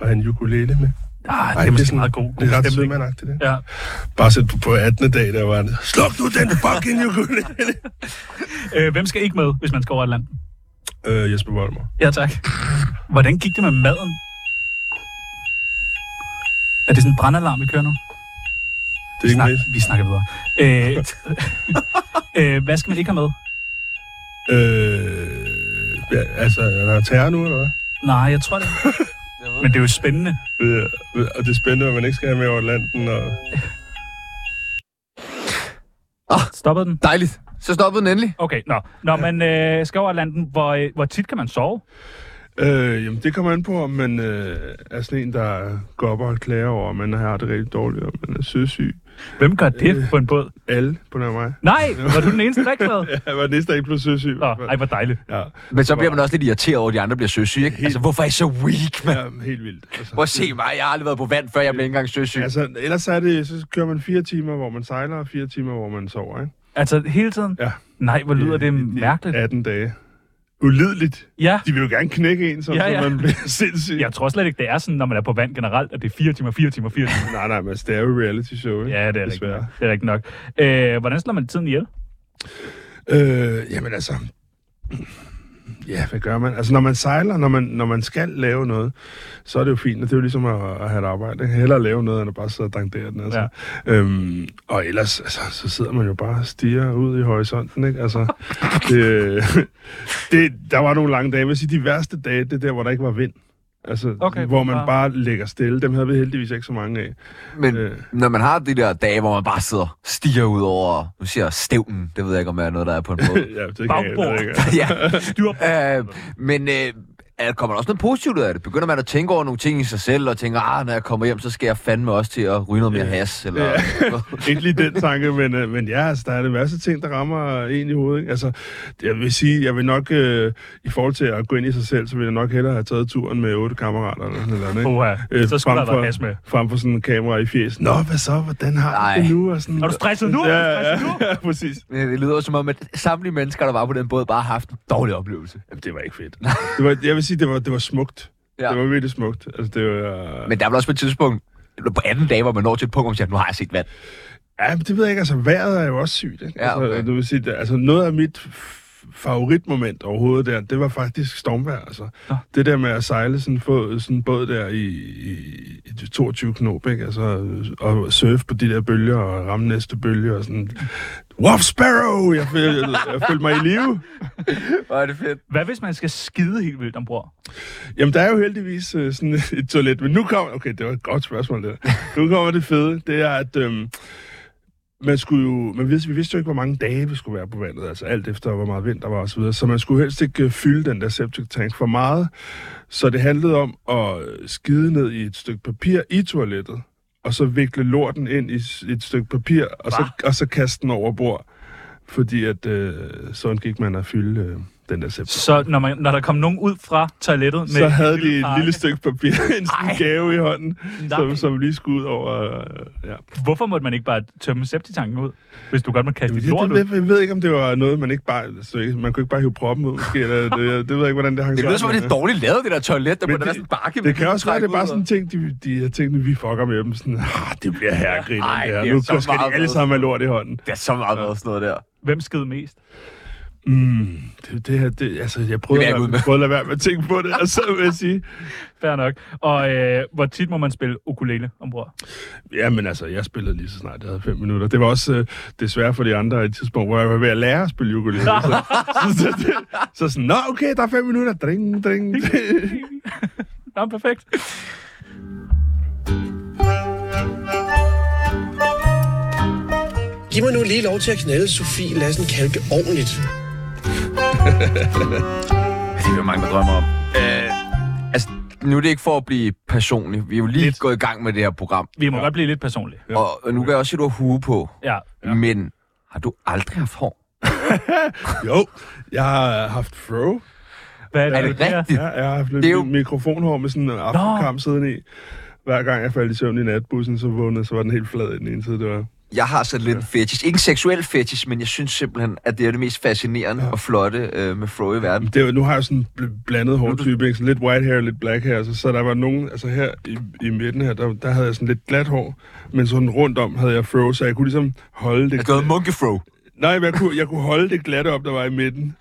og en ukulele med. Ah, det Ej, er det er måske sådan- meget god. Det er ret stemning. sødmandagtigt, det. Ja. Bare så du på 18. dag, der var det. Sluk nu den fucking ukulele! Øh, hvem skal ikke med, hvis man skal over Atlanten? øh, Jesper Voldemar. Ja, tak. Hvordan gik det med maden? Er det sådan en brandalarm, vi kører nu? Det er ikke Snak, mest. vi snakker videre. Øh, øh, hvad skal man ikke have med? Øh, ja, altså, er der terror nu, eller hvad? Nej, jeg tror det. Men det er jo spændende. Øh, og det er spændende, hvad man ikke skal have med over Atlanten. Og... Stoppede den? Dejligt. Så stoppede den endelig. Okay, nå. Når man øh, skal over Atlanten, hvor, øh, hvor tit kan man sove? Øh, jamen, det kommer an på, om man øh, er sådan en, der går op og klager over, om man har det rigtig dårligt, og man er søsyg. Hvem gør det Øh. på en båd? Alle på nær mig. Nej, var du den eneste, der ikke sad? Ja, jeg var den næste, der ikke blev søsyg. Nå, ej, hvor dejligt. Ja, Men så bliver man også lidt irriteret over, at de andre bliver søsyge, ikke? Altså, hvorfor er I så weak, mand? ja, helt vildt. Altså. Prøv at se mig, jeg har aldrig været på vand, før jeg blev ikke engang søsyg. Altså, ellers er det, så kører man fire timer, hvor man sejler, og fire timer, hvor man sover, ikke? Altså, hele tiden? Ja. Nej, hvor lyder det mærkeligt. 18 dage. Ulideligt. Ja, De vil jo gerne knække en, så, ja, Ja, ja. ja. så man bliver sindssyg. Ja. jeg tror slet ikke, det er sådan, når man er på vand generelt, at det er fire timer, fire timer, fire timer. Nej, nej, men altså, det er jo et reality show, ikke? Ja, det er rigtigt Desværre. nok. Det er rigtigt nok. Øh, hvordan slår man tiden ihjel? Øh, jamen altså... Ja, hvad gør man? Altså, når man sejler, når man, når man skal lave noget, så er det jo fint, og det er jo ligesom at, at have et arbejde. ikke? Hellere lave noget, end at bare sidde og dankdere den. Altså. Ja. Øhm, og ellers, altså, så sidder man jo bare og stiger ud i horisonten, ikke? Altså, det, det, der var nogle lange dage. Jeg vil sige, de værste dage, det er der, hvor der ikke var vind. Altså, Okay, okay, hvor man bare- bare... bare ligger stille. Dem havde vi heldigvis ikke så mange af. Men Øh. når man har de der dage, hvor man bare sidder og stiger ud over, nu siger jeg stævnen, det ved jeg ikke, om jeg er noget, der er på en måde. Ja, det kan Bagbord. ikke. ja. Styr Øh, men øh, er- kommer der også noget positivt ud af det? Begynder man at tænke over nogle ting i sig selv, og tænker, ah, når jeg kommer hjem, så skal jeg fandme også til at ryge noget mere has, eller... Ja. ikke lige den tanke, men, øh, men ja, altså, der er en masse ting, der rammer en i hovedet. Ikke? Altså, det- jeg vil sige, jeg vil nok, øh, i forhold til at gå ind i sig selv, så vil jeg nok hellere have taget turen med otte kammerater eller sådan noget. Ikke? Oha, Øh, så skulle frem der være for- has med. Frem for sådan en kamera i fjes. Nå, hvad så? Hvordan har du Nej. det nu? Og sådan, Er du stresset nu? Er du Ja, ja, stresset nu? ja, præcis. Men det lyder jo som om, at samtlige mennesker, der var på den båd, bare har haft en dårlig oplevelse. Jamen, det var ikke fedt. Det var, jeg vil sige, det var, det var smukt. Ja. Ja. Det var virkelig smukt. Altså, det var, Men der er vel også på et tidspunkt, på anden dag, hvor man når til et punkt, hvor man siger, nu har jeg set vand. Ja, men det ved jeg ikke. Altså, vejret er jo også sygt. Ikke? Ja, okay. altså, du vil sige, det- altså, noget af mit f- favoritmoment overhovedet der, det var faktisk stormvejr. Altså. Nå. Det der med at sejle sådan, få, sådan en båd der i, i, i 22 knop, ikke? Altså, og surfe på de der bølger og ramme næste bølge og sådan... Wolf Sparrow! Jeg følte, jeg, jeg følte mig i live. Hvor er det fedt. Hvad hvis man skal skide helt vildt ombord? Jamen, der er jo heldigvis øh, sådan et, et toilet, men nu kommer... Okay, det var et godt spørgsmål, det der. Nu kommer det fede, det er, at... Øhm, man skulle jo, man vidste, vi vidste jo ikke, hvor mange dage vi skulle være på vandet, altså alt efter, hvor meget vind der var osv., så man skulle helst ikke øh, fylde den der septic tank for meget, så det handlede om at skide ned i et stykke papir i toilettet, og så vikle lorten ind i s- et stykke papir, og så, og så kaste den over bord, fordi at øh, sådan gik man at fylde øh, den der septic Så når, man, når der kom nogen ud fra toilettet med... så havde de et pakke- lille stykke papir, en sådan gave i hånden, Nej. som, som lige skulle ud over... øh, Ja. Hvorfor måtte man ikke bare tømme septitanken ud, hvis du godt må kaste Det, dit lort det, ud? det, jeg ved ikke, om det var noget, man ikke bare... Altså, ikke- man kunne ikke bare hive proppen ud, måske. Eller, det, det ved jeg ikke, hvordan det hang Det lyder som om, det er men, dårligt lavet, det der toilet. Der Men burde det, være det- sådan en bakke. øh, man det kan kan også være, trække det er bare ud sådan en ting, de, de har tænkt, at vi fucker med dem. Sådan, ah, det bliver herregrinerne Ej, det her. det er Nu så skal de meget alle bedre. sammen have lort i hånden. og- Det er så meget med sådan noget der. Hvem skide mest? Mm, det, det her, det, altså, jeg prøvede, Det vil jeg ikke ud at, med. jeg prøvede at lade være med at tænke på det, og så vil jeg sige... Fair nok. Og øh, hvor tit må man spille ukulele ombord? Ja, men altså, jeg spillede lige så snart jeg havde fem minutter. Det var også øh, desværre for de andre et tidspunkt, hvor jeg var ved at lære at spille ukulele. så, så, så, så, så sådan, nå okay, der er fem minutter. Dring, dring. Nå, perfekt. Giv mig nu lige lov til at knalde Sofie Lassen Kalke ordentligt. Det er jo mange, der drømmer om. Øh, altså, nu er det ikke for at blive personlig. Vi er jo lige Lidt. gået i gang med det her program. Vi må ja. godt blive lidt personlige. Ja. Og nu kan jeg også se, at du har hue på. Ja. Ja. Men har du aldrig haft hår? jo, jeg har haft fro. Hvad Er det der? rigtigt? Ja, jeg har haft Det er lidt jo- jo... mikrofonhår med sådan en aftenkam siddende i. Hver gang jeg faldt i søvn i natbussen, så vågnede, så var den helt flad i den ene side. Det var Jeg har sådan lidt en fetish. Ikke en seksuel fetish, men jeg synes simpelthen, at det er det mest fascinerende og flotte øh, med Fro i verden. Det er, jo- nu har jeg sådan en bl- blandet hårtype, ikke? Sådan lidt white hair, lidt black hair. Så, så der var nogen, altså her i, i midten her, der, der havde jeg sådan lidt glat hår, men sådan rundt om havde jeg fro, så jeg kunne ligesom holde det. At du havde Monkey Fro. Nej, men jeg kunne, jeg kunne holde det glatte op, der var i midten.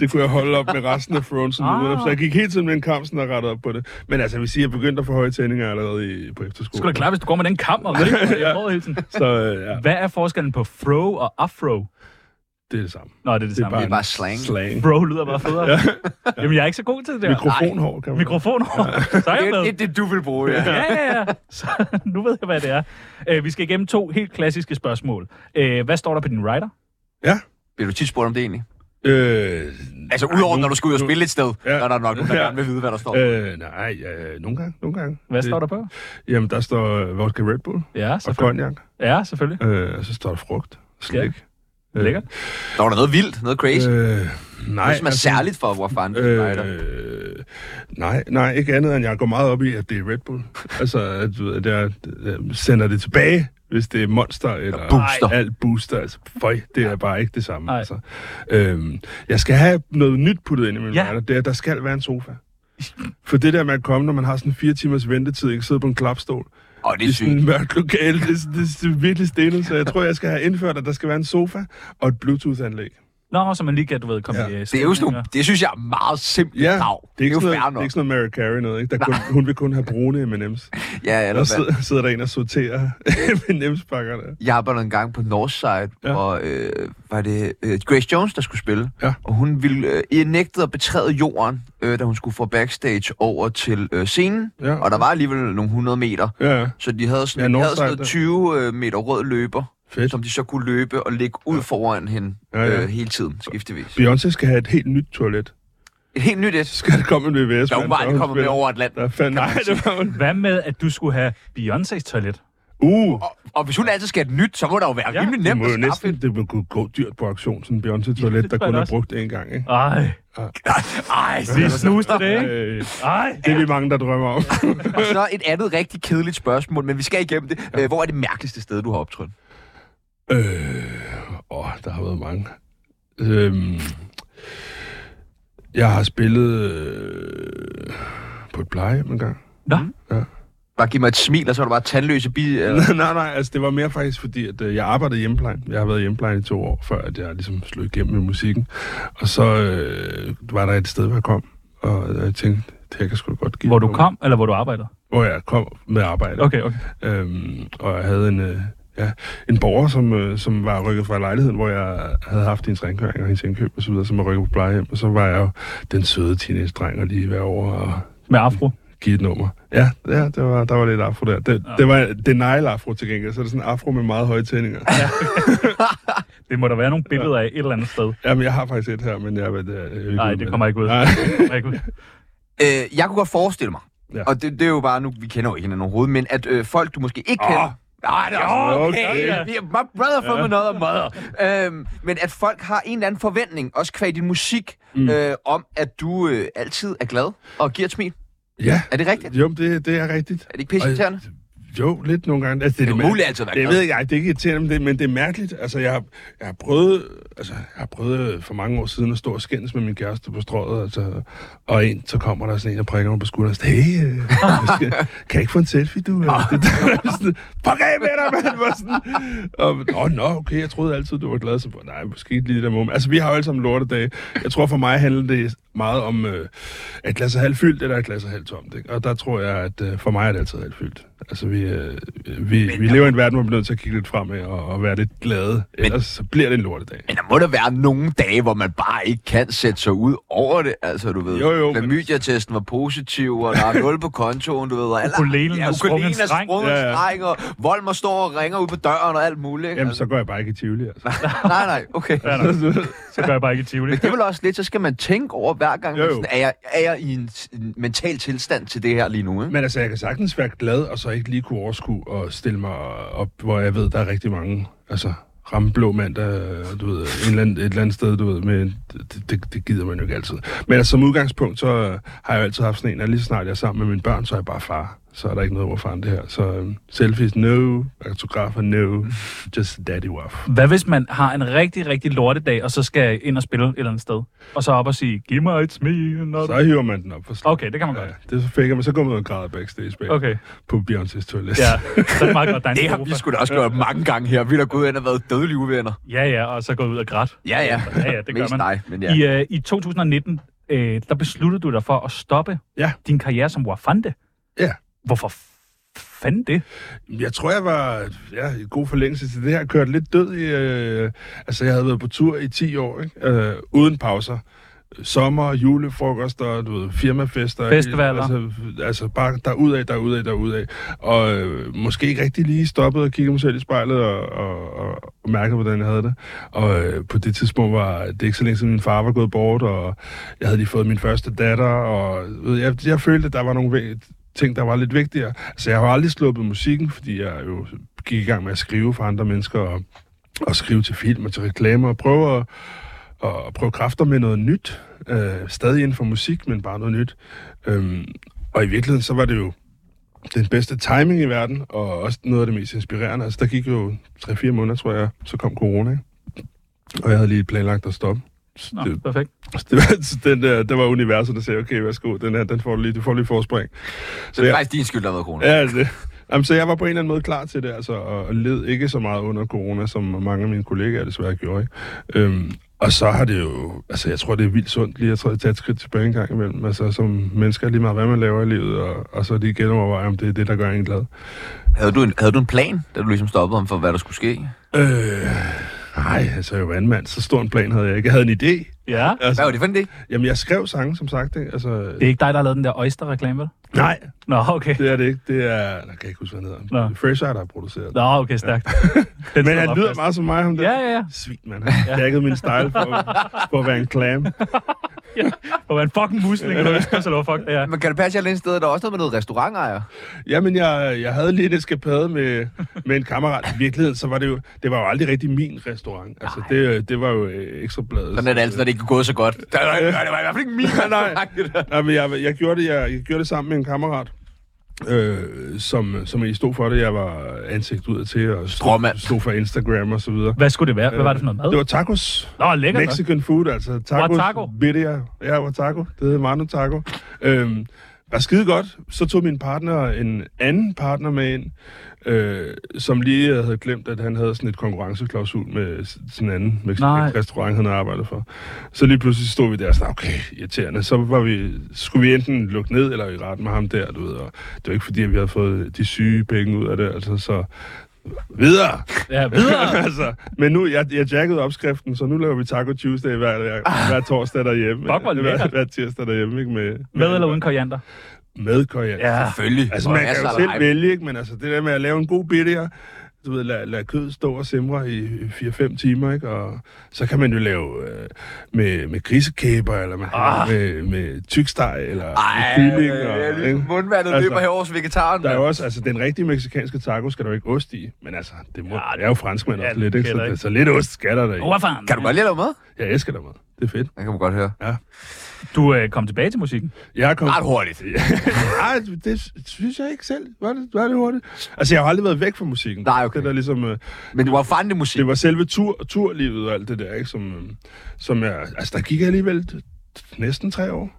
Det kunne jeg holde op med resten af froen, sådan Ah. udenom. Så jeg gik hele tiden med en kamp, sådan og rettede op på det. Men altså, jeg vil sige, at jeg begyndte at få høje tændinger allerede i, på Det skulle efterskole. da klare, hvis du går med den kammer. Vel? Ja. Jeg prøvede hele tiden. Så øh, ja, Hvad er forskellen på fro og afro? det er det samme. Nå, det er det, samme. bare slang. slang. Bro lyder bare federe. ja. Jamen, jeg er ikke så god til det der. Mikrofonhår, kan man Mikrofon. så er jeg Det er med. det, det, du vil bruge, ja. Ja, ja, ja. Så, nu ved jeg, hvad det er. Øh, vi skal igennem to helt klassiske spørgsmål. Øh, hvad står der på din rider? Ja. Bliver du tit spurgt om det egentlig? Øh, Altså, udover nu- når du skal ud og nu- spille et sted, ja. Ja. når der er nok nogen, der Ja. gerne vil vide, hvad der står. øh, nej, øh, nogle gange, nogle gange. Hvad det, står der på? Jamen, der står øh, vodka Red Bull Ja, og selvfølgelig. cognac. Ja, selvfølgelig. Øh, og så står der frugt, slik. Ja. Lækkert. Der var da noget vildt, noget crazy. Øh, Øh, nej, noget, som er altså, særligt for hvor fanden øh, Øh, nej, nej, ikke andet end jeg går meget op i, at det er Red Bull. altså, at, du ved, at jeg øh, sender det tilbage, hvis det er Monster eller Booster. Ej, alt Booster. Altså, føj, det er bare ikke det samme. Nej. Altså. Øhm, jeg skal have noget nyt puttet ind i min Ja. ja. Det er, at der skal være en sofa. For det der med at komme, når man har sådan fire timers ventetid, ikke sidde på en klapstol, Og det i er sådan sygt. et mørkt lokale, det, er- det, det er virkelig stille, så jeg tror, jeg skal have indført, at der skal være en sofa og et Bluetooth-anlæg. Nå, så man lige kan, du ved, komme Ja. i... øh, Det er jo sådan nogle, det synes jeg er meget simpelt Ja, ja, krav. det er ikke, jo sådan fair noget, det nok. er ikke sådan noget Mary Carey noget, ikke? Der kun, hun vil kun have brune M&M's. Ja, eller Der hvad? sidder, sidder der en og sorterer M&M's-pakkerne. Jeg arbejdede en gang på Northside, ja. Ja. hvor øh, var det øh, Grace Jones, der skulle spille. Ja. Og hun ville øh, i- nægtede at betræde jorden, øh, da hun skulle fra backstage over til øh, scenen. Ja. Og der var alligevel nogle 100 meter. Ja, ja. Så de havde sådan, Ja, ja, de havde Northside, sådan der. noget 20 øh, meter rød løber, Fedt. som de så kunne løbe og ligge ud ja. foran hende Ja, ja. Øh, hele tiden, skiftevis. Beyoncé skal have et helt nyt toilet. Et helt nyt et. Skal der komme en VVS? Der er umiddelbart kommet med over Atlanten. Der fandt, nej, det var hun. Hvad med, at du skulle have Beyoncé's toilet? Uh, Og, og hvis hun altid skal have et nyt, så må der jo være Ja, ja, rimelig det nemt må jo at skaffe næsten et. det må kunne gå dyrt på auktion, sådan en Ja, Beyoncé-toilet, det der tror jeg kun da er også. brugt én gang, ikke? Ej, Ej, vi snuste det, ikke? Øh, Ej, det er vi mange, der drømmer om. Og så et andet rigtig kedeligt spørgsmål, men vi skal igennem det. Ja. Hvor er det mærkeligste sted, du har optrådt? Øh, åh, der har været mange. Øhm, jeg har spillet øh, på et plejehjem en gang. Nå, Bare giv mig et smil, og så er du bare tandløse bi. Eller... nej, nej, altså det var mere faktisk fordi, at øh, jeg arbejdede i hjemmeplejen. Jeg har været i hjemmeplejen i to år, før at jeg ligesom slog igennem med musikken. Og så øh, var der et sted, hvor jeg kom, og øh, jeg tænkte, det her kan sgu da godt give. hvor du noget. kom, eller hvor du arbejder? Hvor jeg kom med arbejde. Okay, okay. Øhm, og jeg havde en, øh, ja, en borger, som, øh, som var rykket fra lejligheden, hvor jeg havde haft hendes rengøring og hendes indkøb og så videre, som var rykket på plejehjem. Og så var jeg jo den søde teenage-dreng og lige være over og Med afro. give et nummer. Ja, ja det var, der var lidt afro der. Det, ja. det var denial afro til gengæld, så er det sådan afro med meget høje tændinger. Ja. Det må der være nogle billeder af et eller andet sted. Jamen, jeg har faktisk et her, men jeg, jeg, jeg, jeg Nej, det kommer ikke ud. Nej. Det kommer ikke ud. Øh, jeg kunne godt forestille mig, ja. Ja. og det, det er jo bare, nu vi kender jo ikke hinanden overhovedet, men at øh, folk, du måske ikke Åh, kender... Nej, det er også okay. okay. Vi er my brother for ja. another mother. Øhm, men at folk har en eller anden forventning, også kvad din musik, mm. øh, om at du øh, altid er glad og giver et smil. Ja, Er det rigtigt? jo, det, det er rigtigt. Er det ikke pisseirriterende? Jo, lidt nogle gange. Altså, det, Det er det umuligt altid at være Det glad. ved jeg, ikke, det er ikke irriterende, men det, men det er mærkeligt. Altså, jeg har, jeg har prøvet, altså, jeg har prøvet for mange år siden at stå og skændes med min kæreste på strøget, altså, og en, så kommer der sådan en, der prikker mig på skulderen og siger, hey, øh, jeg skal, kan jeg ikke få en selfie, du? Eller det der, sådan, fuck af med dig, mand! Hvor sådan, og, nå, nå, okay, jeg troede altid, du var glad, så nej, måske ikke lige det der moment. Altså, vi har jo alle sammen lortedage. Jeg tror, for mig handler det meget om øh, et glas er halvt fyldt, eller et glas er halvt tomt, ikke? Og der tror jeg, at øh, for mig er det altid halvt fyldt. Altså, vi, øh, vi, vi lever i en verden, hvor vi er nødt til at kigge lidt fremad og, og være lidt glade. Ellers så bliver det en lortedag. Men der må der være nogle dage, hvor man bare ikke kan sætte sig ud over det. Altså, du ved, Jo, jo, men- Chlamydia-testen var positiv, og der er nul på kontoen, du ved. Og alle- Ukulelen har sprunget en ukulelen har streng. sprunget en Ja, ja. streng, og Volmer står og ringer ud på døren og alt muligt. ikke? Jamen, Altså, så går jeg bare ikke i Tivoli, altså. Nej, nej, okay. Så gør jeg bare ikke i Tivoli. Men det er vel også lidt, så skal man tænke over hver gang, Jo, jo. Sådan, er, jeg, er jeg i en, en mental tilstand til det her lige nu, ikke? Men altså, jeg kan sagtens være glad, og så ikke lige kunne overskue og stille mig op, hvor jeg ved, der er rigtig mange, altså ramme blå mand, der, du ved, en eller anden, et eller andet sted, du ved, men det, det, det gider man jo ikke altid. Men altså, som udgangspunkt, så øh, har jeg jo altid haft sådan en, at lige så snart jeg er sammen med mine børn, så er jeg bare far. så er der ikke noget over faren det her. Så øhm, selfies, no. Autografer, no. Just daddy waff. Hvad hvis man har en rigtig, rigtig lortedag, og så skal ind og spille et eller andet sted? Og så op og sige, giv mig et smil. når du-" Så hiver man den op for slag. Okay, det kan man Ja, godt. det er så fækker man. Så går man ud og græder backstage bag Okay, på Beyoncé's toilet. ja. Så er det meget godt, der er en Det har sofa. vi sgu da også gjort mange gange her. Vi er da gået ind og været dødelige uvenner. Ja, ja, og så gå ud og græt. Ja, ja. Ja, ja, det gør Mest man. dig, men ja. I, øh, I 2019, øh, der besluttede du dig for at stoppe Ja. din karriere som Wafande. Ja. Hvorfor f- fanden det? Jeg tror, jeg var ja, i god forlængelse til det her. Kørt lidt død i... Øh, altså, jeg havde været på tur i 10 år, ikke? Øh, uden pauser. Sommer, julefrokoster, du ved, firmafester. Festivaler. Altså, altså bare derudad, derudad, derudad. Og øh, måske ikke rigtig lige stoppet og kiggede mig selv i spejlet og, og, og, og mærkede, hvordan jeg havde det. Og øh, på det tidspunkt var det ikke så længe siden, min far var gået bort, og jeg havde lige fået min første datter, og ved, jeg, jeg følte, at der var nogle væ- ting, der var lidt vigtigere. Altså, jeg har jo aldrig sluppet musikken, fordi jeg jo gik i gang med at skrive for andre mennesker, og, og skrive til film og til reklamer, og prøve at, og prøve kræfter med noget nyt. Øh, stadig inden for musik, men bare noget nyt. Øhm, og i virkeligheden, så var det jo den bedste timing i verden, og også noget af det mest inspirerende. Altså, der gik jo 3-4 måneder, tror jeg, så kom corona, ikke? og jeg havde lige planlagt at stoppe. Så Nå, det- perfekt. så det var, så den der, der var universet, der sagde, okay, værsgo, den her, den får du lige, du får lige forspring. Så det er faktisk din skyld, der har været corona. Ja, altså det. Jamen, så jeg var på en eller anden måde klar til det, altså, og og led ikke så meget under corona, som mange af mine kollegaer desværre gjorde. Ikke? Øhm, og så har det jo, altså jeg tror, det er vildt sundt lige at træde- tage et skridt tilbage en gang imellem. Altså som mennesker lige meget, hvad man laver i livet, og, og så lige genoverveje, om det er det, der gør en glad. Havde du, en, havde du en plan, da du ligesom stoppede ham for, hvad der skulle ske? Øh, nej, altså jeg var vandmand, så stor en plan havde jeg ikke. Jeg havde en idé. Ja. Altså, Hvad var det for en idé? Jamen jeg skrev sange, som sagt. Ikke? Altså, Det er ikke dig, der har lavet den der Oyster-reklame, vel? nej, Nå, okay. det er det ikke. Det er, jeg kan ikke huske, hvad han hedder. Nå. Fraser, der har produceret. Nå, okay, stærkt. Den Men sidder han bare lyder fast. meget som mig, ham der. Ja, ja, ja. Svin, mand. Jeg jakkede min style for, for at være en clam. Og en fucking musling, eller hvad så lov, fuck det er. Men kan det passe, at jeg er lidt et sted, der er også noget med noget restaurantejer? Jamen, jeg, jeg havde lidt eskapade med, med en kammerat. I virkeligheden, så var det jo, det var jo aldrig rigtig min restaurant. Altså, det, øh, det var jo øh, ekstrabladet. Sådan er det altid, når det ikke er gået så godt. Der, der, der, det var i hvert fald ikke min restaurant, det der. Nej, men jeg, jeg, gjorde det, jeg, jeg gjorde det sammen med en kammerat. Øh, som, som I stod for det. Jeg var ansigt ud til og Stråmand. stod, stod for Instagram og så videre. Hvad skulle det være? Hvad var det for noget mad? Det var tacos. Nå, lækkert. hva'? Mexican food, altså tacos. Wataco. Birria. Ja, Wataco. Det hedder Manu Taco. Øhm, var skide godt. Så tog min partner en anden partner med ind, øh, som lige havde glemt, at han havde sådan et konkurrenceklausul med s- sådan en anden Nej. mexikansk restaurant, han havde arbejdet for. Så lige pludselig stod vi der og sagde, okay, irriterende. Så var vi, skulle vi enten lukke ned eller i ret med ham der, du ved. Og det var ikke fordi, at vi havde fået de syge penge ud af det, altså så videre. Ja, videre. altså, men nu, jeg, jeg jackede opskriften, så nu laver vi Taco Tuesday hver, hver, hver torsdag derhjemme. Fuck, hvor hver, lækkert. hver tirsdag derhjemme, ikke? Med, Med eller uden koriander? Med koriander. Ja. Selvfølgelig. Altså, Hvor man er kan så jo der selv hype? vælge, ikke? Men altså, det der med at lave en god bittier, du ved, lad, lad kødet stå og simre i 4-5 timer, ikke? Og så kan man jo lave øh, med, med grisekæber, eller man kan Ah. lave med, med tyksteg, eller Ej, ligesom med kylling. og- ligesom ikke? mundvandet Altså, løber herovre hos vegetaren. Der er mand. jo også, altså den rigtige meksikanske taco skal der jo ikke ost i, men altså, det må, Ja, ja, jeg er jo franskmand ja, også det lidt, ikke? kan Så, der ikke. det- så lidt ost skal der der i. Overfaren. Kan du godt lide at lave mad? Jeg elsker dig, mad. Det er fedt. Det kan man godt høre. Du øh, kom tilbage til musikken. Jeg er kommet... Ret hurtigt. Nej, det synes jeg ikke selv. Var det, var det hurtigt? Altså, jeg har aldrig været væk fra musikken. Nej, okay. Det, der ligesom, øh, Men du var fandme musik. det var selve tur, turlivet og alt det der, ikke? Som, øh, som jeg... Altså, der gik jeg alligevel t- næsten tre år.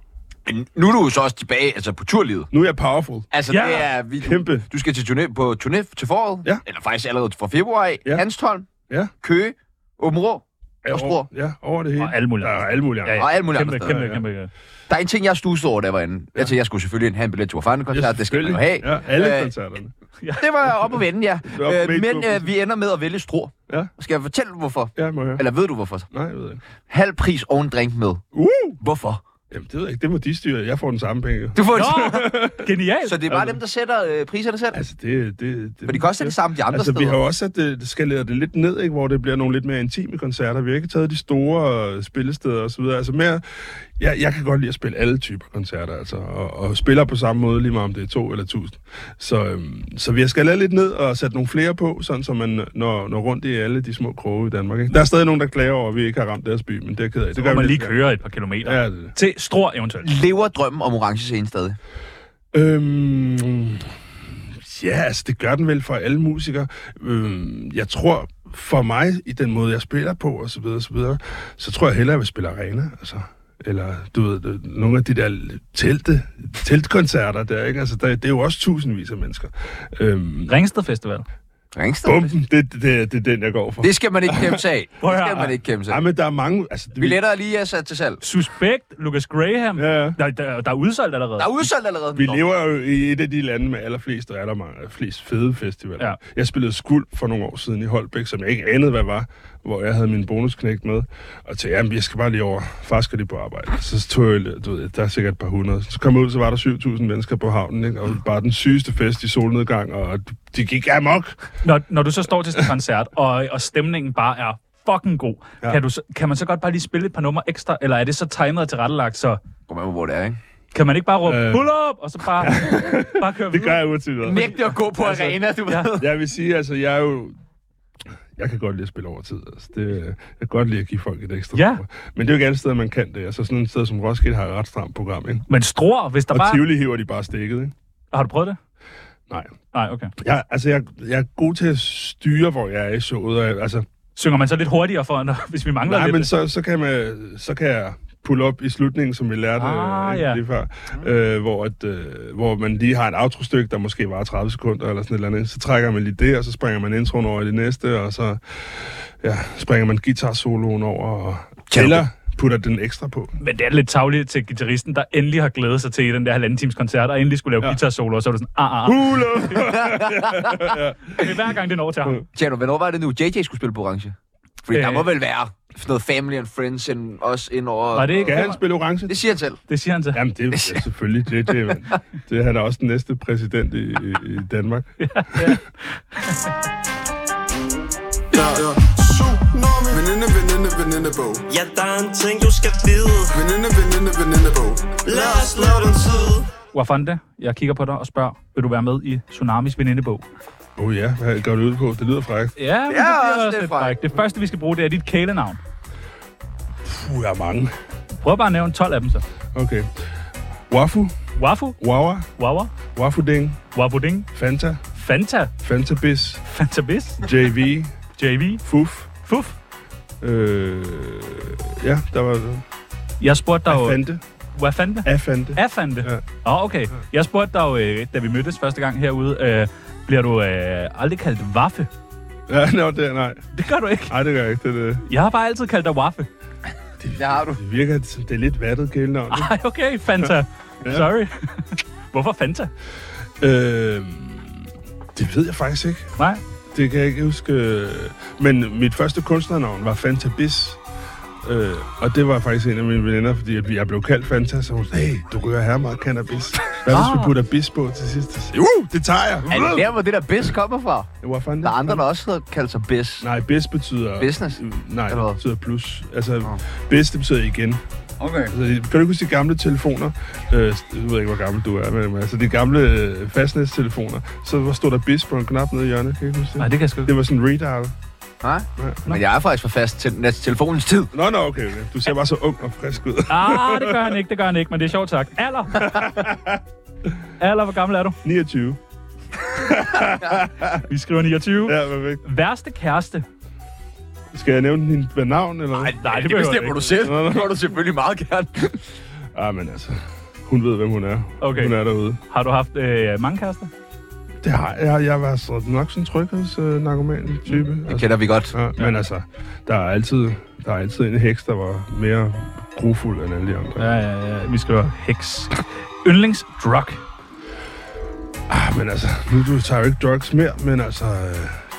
Men nu er du jo så også tilbage altså på turlivet. Nu er jeg powerful. Altså, Ja, det er... Vi, kæmpe. Du skal til turné på turné til foråret. Ja. Eller faktisk allerede fra februar af. Ja. Hanstholm, Ja. Køge, Åben Rå. Og over, Struer. Ja, over det hele. Og alle mulige Der er alle mulige. Ja, ja. Og alt muligt Kæmpe, andet kæmpe, Ja, ja. kæmpe, kæmpe. Der er en ting, jeg studset over, der var inde. Ja. Altså, jeg skulle selvfølgelig ind- have en billet til Wafan koncert. det skal man jo have. selvfølgelig. Ja, alle Øh, koncerterne. Det var op at vende, ja. var op Øh, med i men bussen. øh, vi ender med at vælge strå. Ja. Skal jeg fortælle, hvorfor? Ja, må jeg høre. Eller ved du, hvorfor? Nej, jeg ved ikke. Halv pris og en drink med. Uh! Hvorfor? Jamen, det ved jeg ikke. Det må de styre. Jeg får den samme penge. Du får en... Nå, genialt. Så det er bare dem, der sætter øh, priserne selv? Altså, det... det, det For de koster det samme de andre Altså, steder. vi har jo også sat det, skaleret det lidt ned, ikke? hvor det bliver nogle lidt mere intime koncerter. Vi har ikke taget de store øh, spillesteder og så videre. Altså, mere, jeg, jeg kan godt lide at spille alle typer koncerter, altså, og, og spiller på samme måde, lige meget om det er to eller tusind. Så, øhm, så vi har skaleret lidt ned og sat nogle flere på, sådan så man når, når rundt i alle de små kroge i Danmark. Ikke? Der er stadig nogen, der klager over, at vi ikke har ramt deres by, men det er jeg ked af. Det Det kan man lige næste gang. køre et par kilometer. Ja, det er det. Til Stror eventuelt. Lever drømmen om orange scene stadig? Øhm, Ja, altså, det gør den vel for alle musikere. Øhm, jeg tror, for mig, i den måde, jeg spiller på, og så videre, og så videre, så tror jeg hellere, at jeg vil spille arena, altså. Eller, du ved, øh, nogle af de der telte, teltkoncerter der, ikke? Altså, der, det er jo også tusindvis af mennesker. Øhm, Ringsted Festival. Ringsted. Bumpen, det, det, det, det er den, jeg går for. Det skal man ikke kæmpe sig af. Prøv at Det skal høre. man ikke kæmpe sig Ja, af. men der er mange... Altså, det, Billetter er lige er sat til salg. Suspekt, Lucas Graham. Ja, ja. Der, der, der er udsolgt allerede. Der er udsolgt allerede. Vi Nå. lever jo i et af de lande med allerflest og allerflest fede festivaler. Ja. Ja. Jeg spillede skuld for nogle år siden i Holbæk, som jeg ikke anede, hvad var, hvor jeg havde min bonusknægt med, og tænkte, jamen, jeg skal bare lige over. Far skal lige på arbejde. Så tog jeg, du ved, der er sikkert et par hundrede. Så kom jeg ud, så var der 7.000 mennesker på havnen, ikke? og bare den sygeste fest i solnedgang, og de gik amok. Når, når du så står til sådan en koncert, og, og stemningen bare er fucking god, ja. Ja. kan, du, så- kan man så godt bare lige spille et par numre ekstra, eller er det så timet og tilrettelagt, så Kom an på, hvor det er, ikke? kan man ikke bare råbe, Øh. pull up, og så bare, bare køre Det gør videre? jeg uanset hvad. Nægte at gå på altså, arena, du ved. Jeg vil sige, altså, jeg er jo... Jeg kan godt lide at spille over tid. Altså. Det, jeg kan godt lide at give folk et ekstra Ja. nummer. Men det er jo ikke alle steder, man kan det. Altså sådan et sted som Roskilde har et ret stramt program, ikke? Men stror, hvis der Og bare... Tivoli hiver de bare stikket, ikke? Har du prøvet det? Nej. Nej, okay. Jeg, altså, jeg, jeg er god til at styre, hvor jeg er i showet. Og, jeg- altså, Synger man så lidt hurtigere for, når, hvis vi mangler nej, lidt? men så, så, kan man, så kan jeg pulle op i slutningen, som vi lærte Ah, øh, ikke, ja. lige før, øh, hvor, at, øh, hvor man lige har et outro-stykke, der måske var 30 sekunder eller sådan et eller andet. Så trækker man lige det, og så springer man introen over i det næste, og så ja, springer man guitar-soloen over, og, eller putter den ekstra på. Men det er lidt tavligt til gitarristen, der endelig har glædet sig til den der halvanden times koncert, og endelig skulle lave ja. Ja. Uh. guitar-solo, og så er du sådan, ah, ah, ah. Hula! Det er hver gang, det når til Uh. ham. Tjerno, hvornår var det nu, JJ skulle spille på orange? Fordi øh. der Øh. må vel være sådan noget family and friends ind, også ind over... Var det ikke? Skal han spille orange? Det siger han selv. Det siger han så. Jamen, det er ja, selvfølgelig det. Det, det, det er han er også den næste præsident i, i, i Danmark. Ja, ja. Veninde, veninde, venindebog. Ja, der er en ting, du skal vide Veninde, veninde, venindebog. Lad os lave den tid Wafande, jeg kigger på dig og spørger, vil du være med i Tsunamis venindebog? Åh oh, ja, hvad går det ud på? Det lyder frækt. Ja, men det, er bliver også lidt frækt. frækt. Det første, vi skal bruge, det er dit kælenavn. Puh, der er mange. Prøv bare at nævne 12 af dem så. Okay. Wafu, Wafu, Wawa, Wawa, Wafu Ding, Wafuding, Fanta, Fanta, Fanta Bis, Fantabis, JV, JV, Fuf. Fuf. Øh, ja, der var det. Jeg spurgte dig jo... Fante. Wafande? Afante. Afande? Ja. Ja. Åh, oh, okay. Jeg spurgte dig jo, øh, da vi mødtes første gang herude, øh, bliver du øh, aldrig kaldt Waffe? Ja, no, det, nej. Det gør du ikke. Nej, det gør jeg ikke. Det, det, Jeg har bare altid kaldt dig Waffe. Der har du. det virker, som det er lidt vattet kælenavn. ikke? Ej, okay, Fanta. Sorry. Hvorfor Fanta? Ah. Øh, det ved jeg faktisk ikke. Nej. Det kan jeg ikke huske. Men mit første kunstnernavn var Fanta Bis. Øh, og det var faktisk en af mine veninder, fordi at jeg blev kaldt Fanta, så hun sagde, hey, du rører her meget cannabis. Hvad hvis vi putter bis på til sidst? Så siger jeg, Uh, det tager jeg! Ah. Er det der, hvor det der biz kommer fra? Hvor fanden Der er andre, der også hedder, kalder sig biz. Nej, bis betyder... Business? Nej, Eller hvad? det betyder plus. Altså, bis, det betyder igen. Okay. Altså, kan du ikke huske de gamle telefoner? Øh, jeg ved ikke, hvor gammel du er, men altså, de gamle øh, fastnæstelefoner. Så hvor stod der bis på en knap nede i hjørnet, kan jeg huske det? Nej, det kan jeg sgu ikke. Det var sådan en redial. Nej? Men jeg er faktisk for fast til næste telefonens tid. Nå, nå, okay. okay. Du ser bare så ung og frisk ud. Ah, det gør han ikke, det gør han ikke, men det er sjovt sagt. Alder! Alder, hvor gammel er du? 29. Vi skriver 29. Ja. Ja, perfekt. Værste kæreste. Skal jeg nævne din hvad navn, eller hvad? nej, det behøver jeg ikke. selv. Nå, nå. Det må du selvfølgelig meget gerne. Ah, men altså, hun ved, hvem hun er. Okay. Hun er derude. Har du haft øh, mange kærester? Det har jeg. Jeg var så nok sådan en øh, tryghedsnarkoman type. Mm. Det kender vi godt. ja, men altså, der er, altid, der er altid en heks, der var mere grufuld end alle de andre. Ja, ja, ja. Vi skriver heks. Yndlingsdrug. Ah, men altså, nu du tager jo ikke drugs mere, men altså, øh,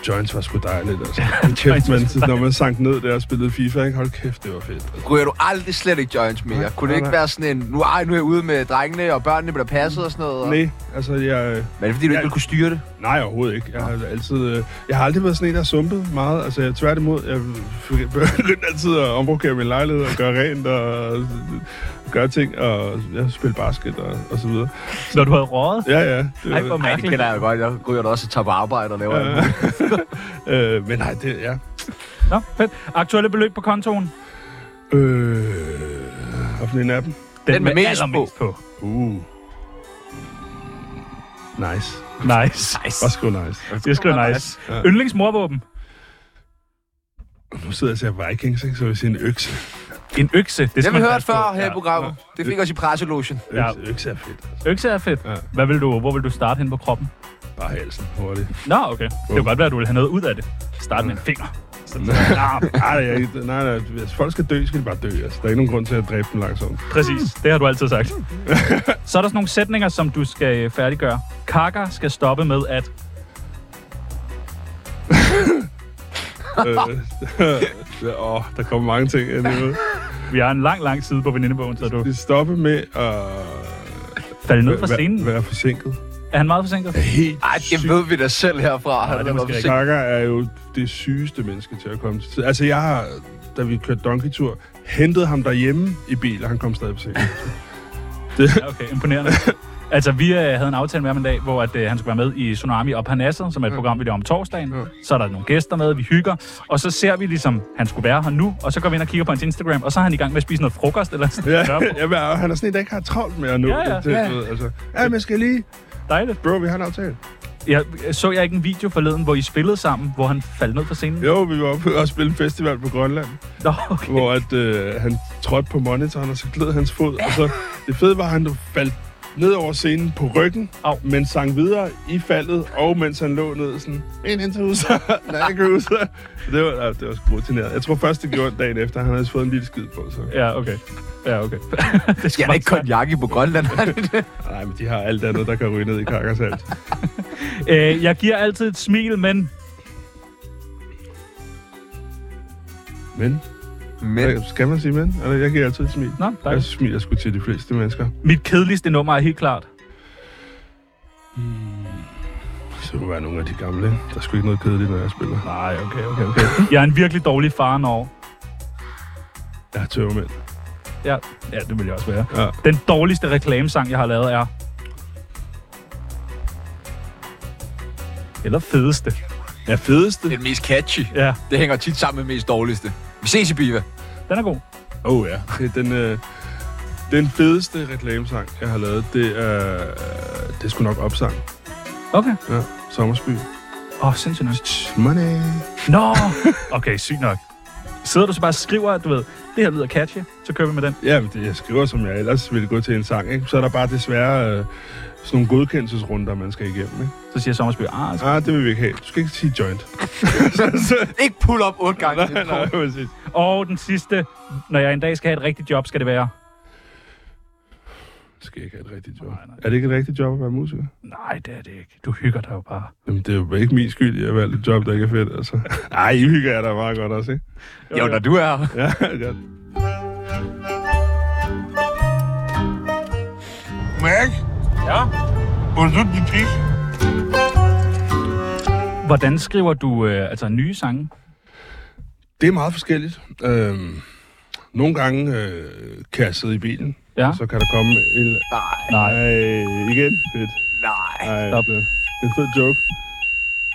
joints var sgu dejligt. Altså. Hold kæft, man, når man sank ned der og spillede FIFA, ikke? hold kæft, det var fedt. Altså. Ryger du aldrig slet ikke joints mere? Nej, Kunne det nej, ikke nej. være sådan en, nu, ej, nu er jeg ude med drengene, og børnene bliver passet og sådan noget? og- Nej, altså, jeg... øh, Men er det fordi, du Ja. ikke ville kunne styre det? Nej, overhovedet ikke. Jeg har, altid, øh, jeg har aldrig været sådan en, der har sumpet meget. Altså, jeg, tværtimod, jeg fik- begyndte altid at ombrugere min lejlighed og gøre rent og øh, gøre ting. Og jeg spille basket og, og så videre. Når du havde rådet? Ja, ja. Det, var- Ej, hvor Nej, Øh, det mærkeligt. kender jeg godt. Jeg ryger da også og tager på arbejde og laver alt muligt. øh, men nej, det ja. Nå, fedt. Aktuelle beløb på kontoen? Øh, og for en af dem? Den med mest allermest på. Uh. Nice. Nice. Også sgu nice. Det skriver nice. Ja. Yndlingsmorvåben. Nu sidder jeg og ser Vikings, ikke? så vil jeg sige en økse. En økse. Det skal Det har man vi hørt passe på. før her i Ja. programmet. Det fik os i presselogen. Ja. Økse, økse er fedt. altså. Økse er fedt. Ja. Hvad vil du, hvor vil du starte hen på kroppen? Bare halsen hurtigt. Nå, okay. Det kan godt være, at du vil have noget ud af det. Start med en finger. Sådan en arm. nej, det er ikke- nej, nej, hvis folk skal dø, skal de bare dø. Altså. Der er ikke nogen grund til at dræbe dem langsomt. Præcis. Det har du altid sagt. Så er der sådan nogle sætninger, som du skal øh, færdiggøre. Kaka skal stoppe med at... øh, åh, der kommer mange ting ind i hovedet. Vi har en lang, lang side på venindebogen, så du Vi stoppe med at falder ned fra være- scenen. være forsinket. Er han meget forsinket? Helt Ej, det ved vi da selv herfra. det er måske rigtigt. Sakker er jo det sygeste menneske til at komme til. Altså, jeg har, da vi kørte donkeytur, hentet ham derhjemme i bil, og han kom stadig på scenen. Ja, okay. Imponerende. Altså, vi øh, havde en aftale med ham en dag, hvor at, øh, han skulle være med i Tsunami og Parnasset, som er et program, vi laver om torsdagen. Så er der nogle gæster med, vi hygger. Og så ser vi ligesom, han skulle være her nu, og så går vi ind og kigger på hans Instagram, og så er han i gang med at spise noget frokost eller sådan Ja, noget. jeg ved, og han er sådan en, der ikke har travlt med at nå Ja, ja. det. Til, Ja. ja. Ved, altså, ja, men jeg skal lige... Dejligt. Bro, vi har en aftale. Jeg, så jeg ikke en video forleden, hvor I spillede sammen, hvor han faldt ned fra scenen? Jo, vi var oppe og spille en festival på Grønland, Nå, okay. hvor at, øh, han trådte på monitoren, og så gled hans fod. Og så, det fede var, at han faldt ned over scenen på ryggen, Au. men sang videre i faldet, og mens han lå ned sådan, en interhuser, en cruiser. Det var, ja, det var sgu rutineret. Jeg tror først, det gjorde dagen efter, han havde fået en lille skid på. Så. Ja, okay. Ja, okay. det Jeg skal er da ikke konjak i på Grønland. Nej, men de har alt andet, der kan ryge ned i kakkersalt. Øh, jeg giver altid et smil, men... Men, Men skal man sige men? Eller, jeg giver altid et smil. Nå, Jeg dejligt. smiler sgu til de fleste mennesker. Mit kedeligste nummer er helt klart. Så kunne være nogle af de gamle. ikke? Der er sgu ikke noget kedeligt, når jeg spiller. Nej, okay, okay, okay. Jeg er en virkelig dårlig far, når... Jeg er tøvermænd. Ja, ja, det vil jeg også være. Ja. Den dårligste reklamesang, jeg har lavet, er... Eller fedeste. Ja, fedeste. den mest catchy. Ja, Det hænger tit sammen med mest dårligste. Vi ses i Biva. den er god. Åh oh, ja. Det er den, øh, den fedeste reklamesang, jeg har lavet, det er, øh, det er sgu nok opsang. Okay. Ja. Sommersby. Åh, oh, sindssygt nok. Money. Nå! Okay, sygt nok. Sidder du så bare og skriver, at du ved, det her lyder catchy, så kører vi med den. Ja, men det, jeg skriver, som jeg ellers ville gå til en sang. Ikke? Så er der bare desværre øh, sådan nogle godkendelsesrunder, man skal igennem. Ikke? Så siger Sommersby, ah, altså. Ah, det vil vi ikke have. Du skal ikke sige joint. Ikke pull op otte gange. Det er et Nej, kort. præcis. Og den sidste, når jeg en dag skal have et rigtigt job, skal det være... Du skal ikke have et rigtigt job. Nej, nej. Er det ikke et rigtigt job at være musiker? Nej, det er det ikke. Du hygger dig jo bare. Jamen, det er jo ikke min skyld, jeg har valgt et job, der ikke er fedt, altså. Ej, I hygger jeg da meget godt også, ikke? Jo, når du er her. Ja, ja. Mærk? Ja. Hvor du din pik? Hvordan skriver du øh, altså nye sange? Det er meget forskelligt. Øhm, nogle gange øh, kan jeg sidde i bilen, Ja. og så kan der komme en... Nej, Nej. Ej, igen. Fedt. nej. Ej, Stop. det det er en fed joke.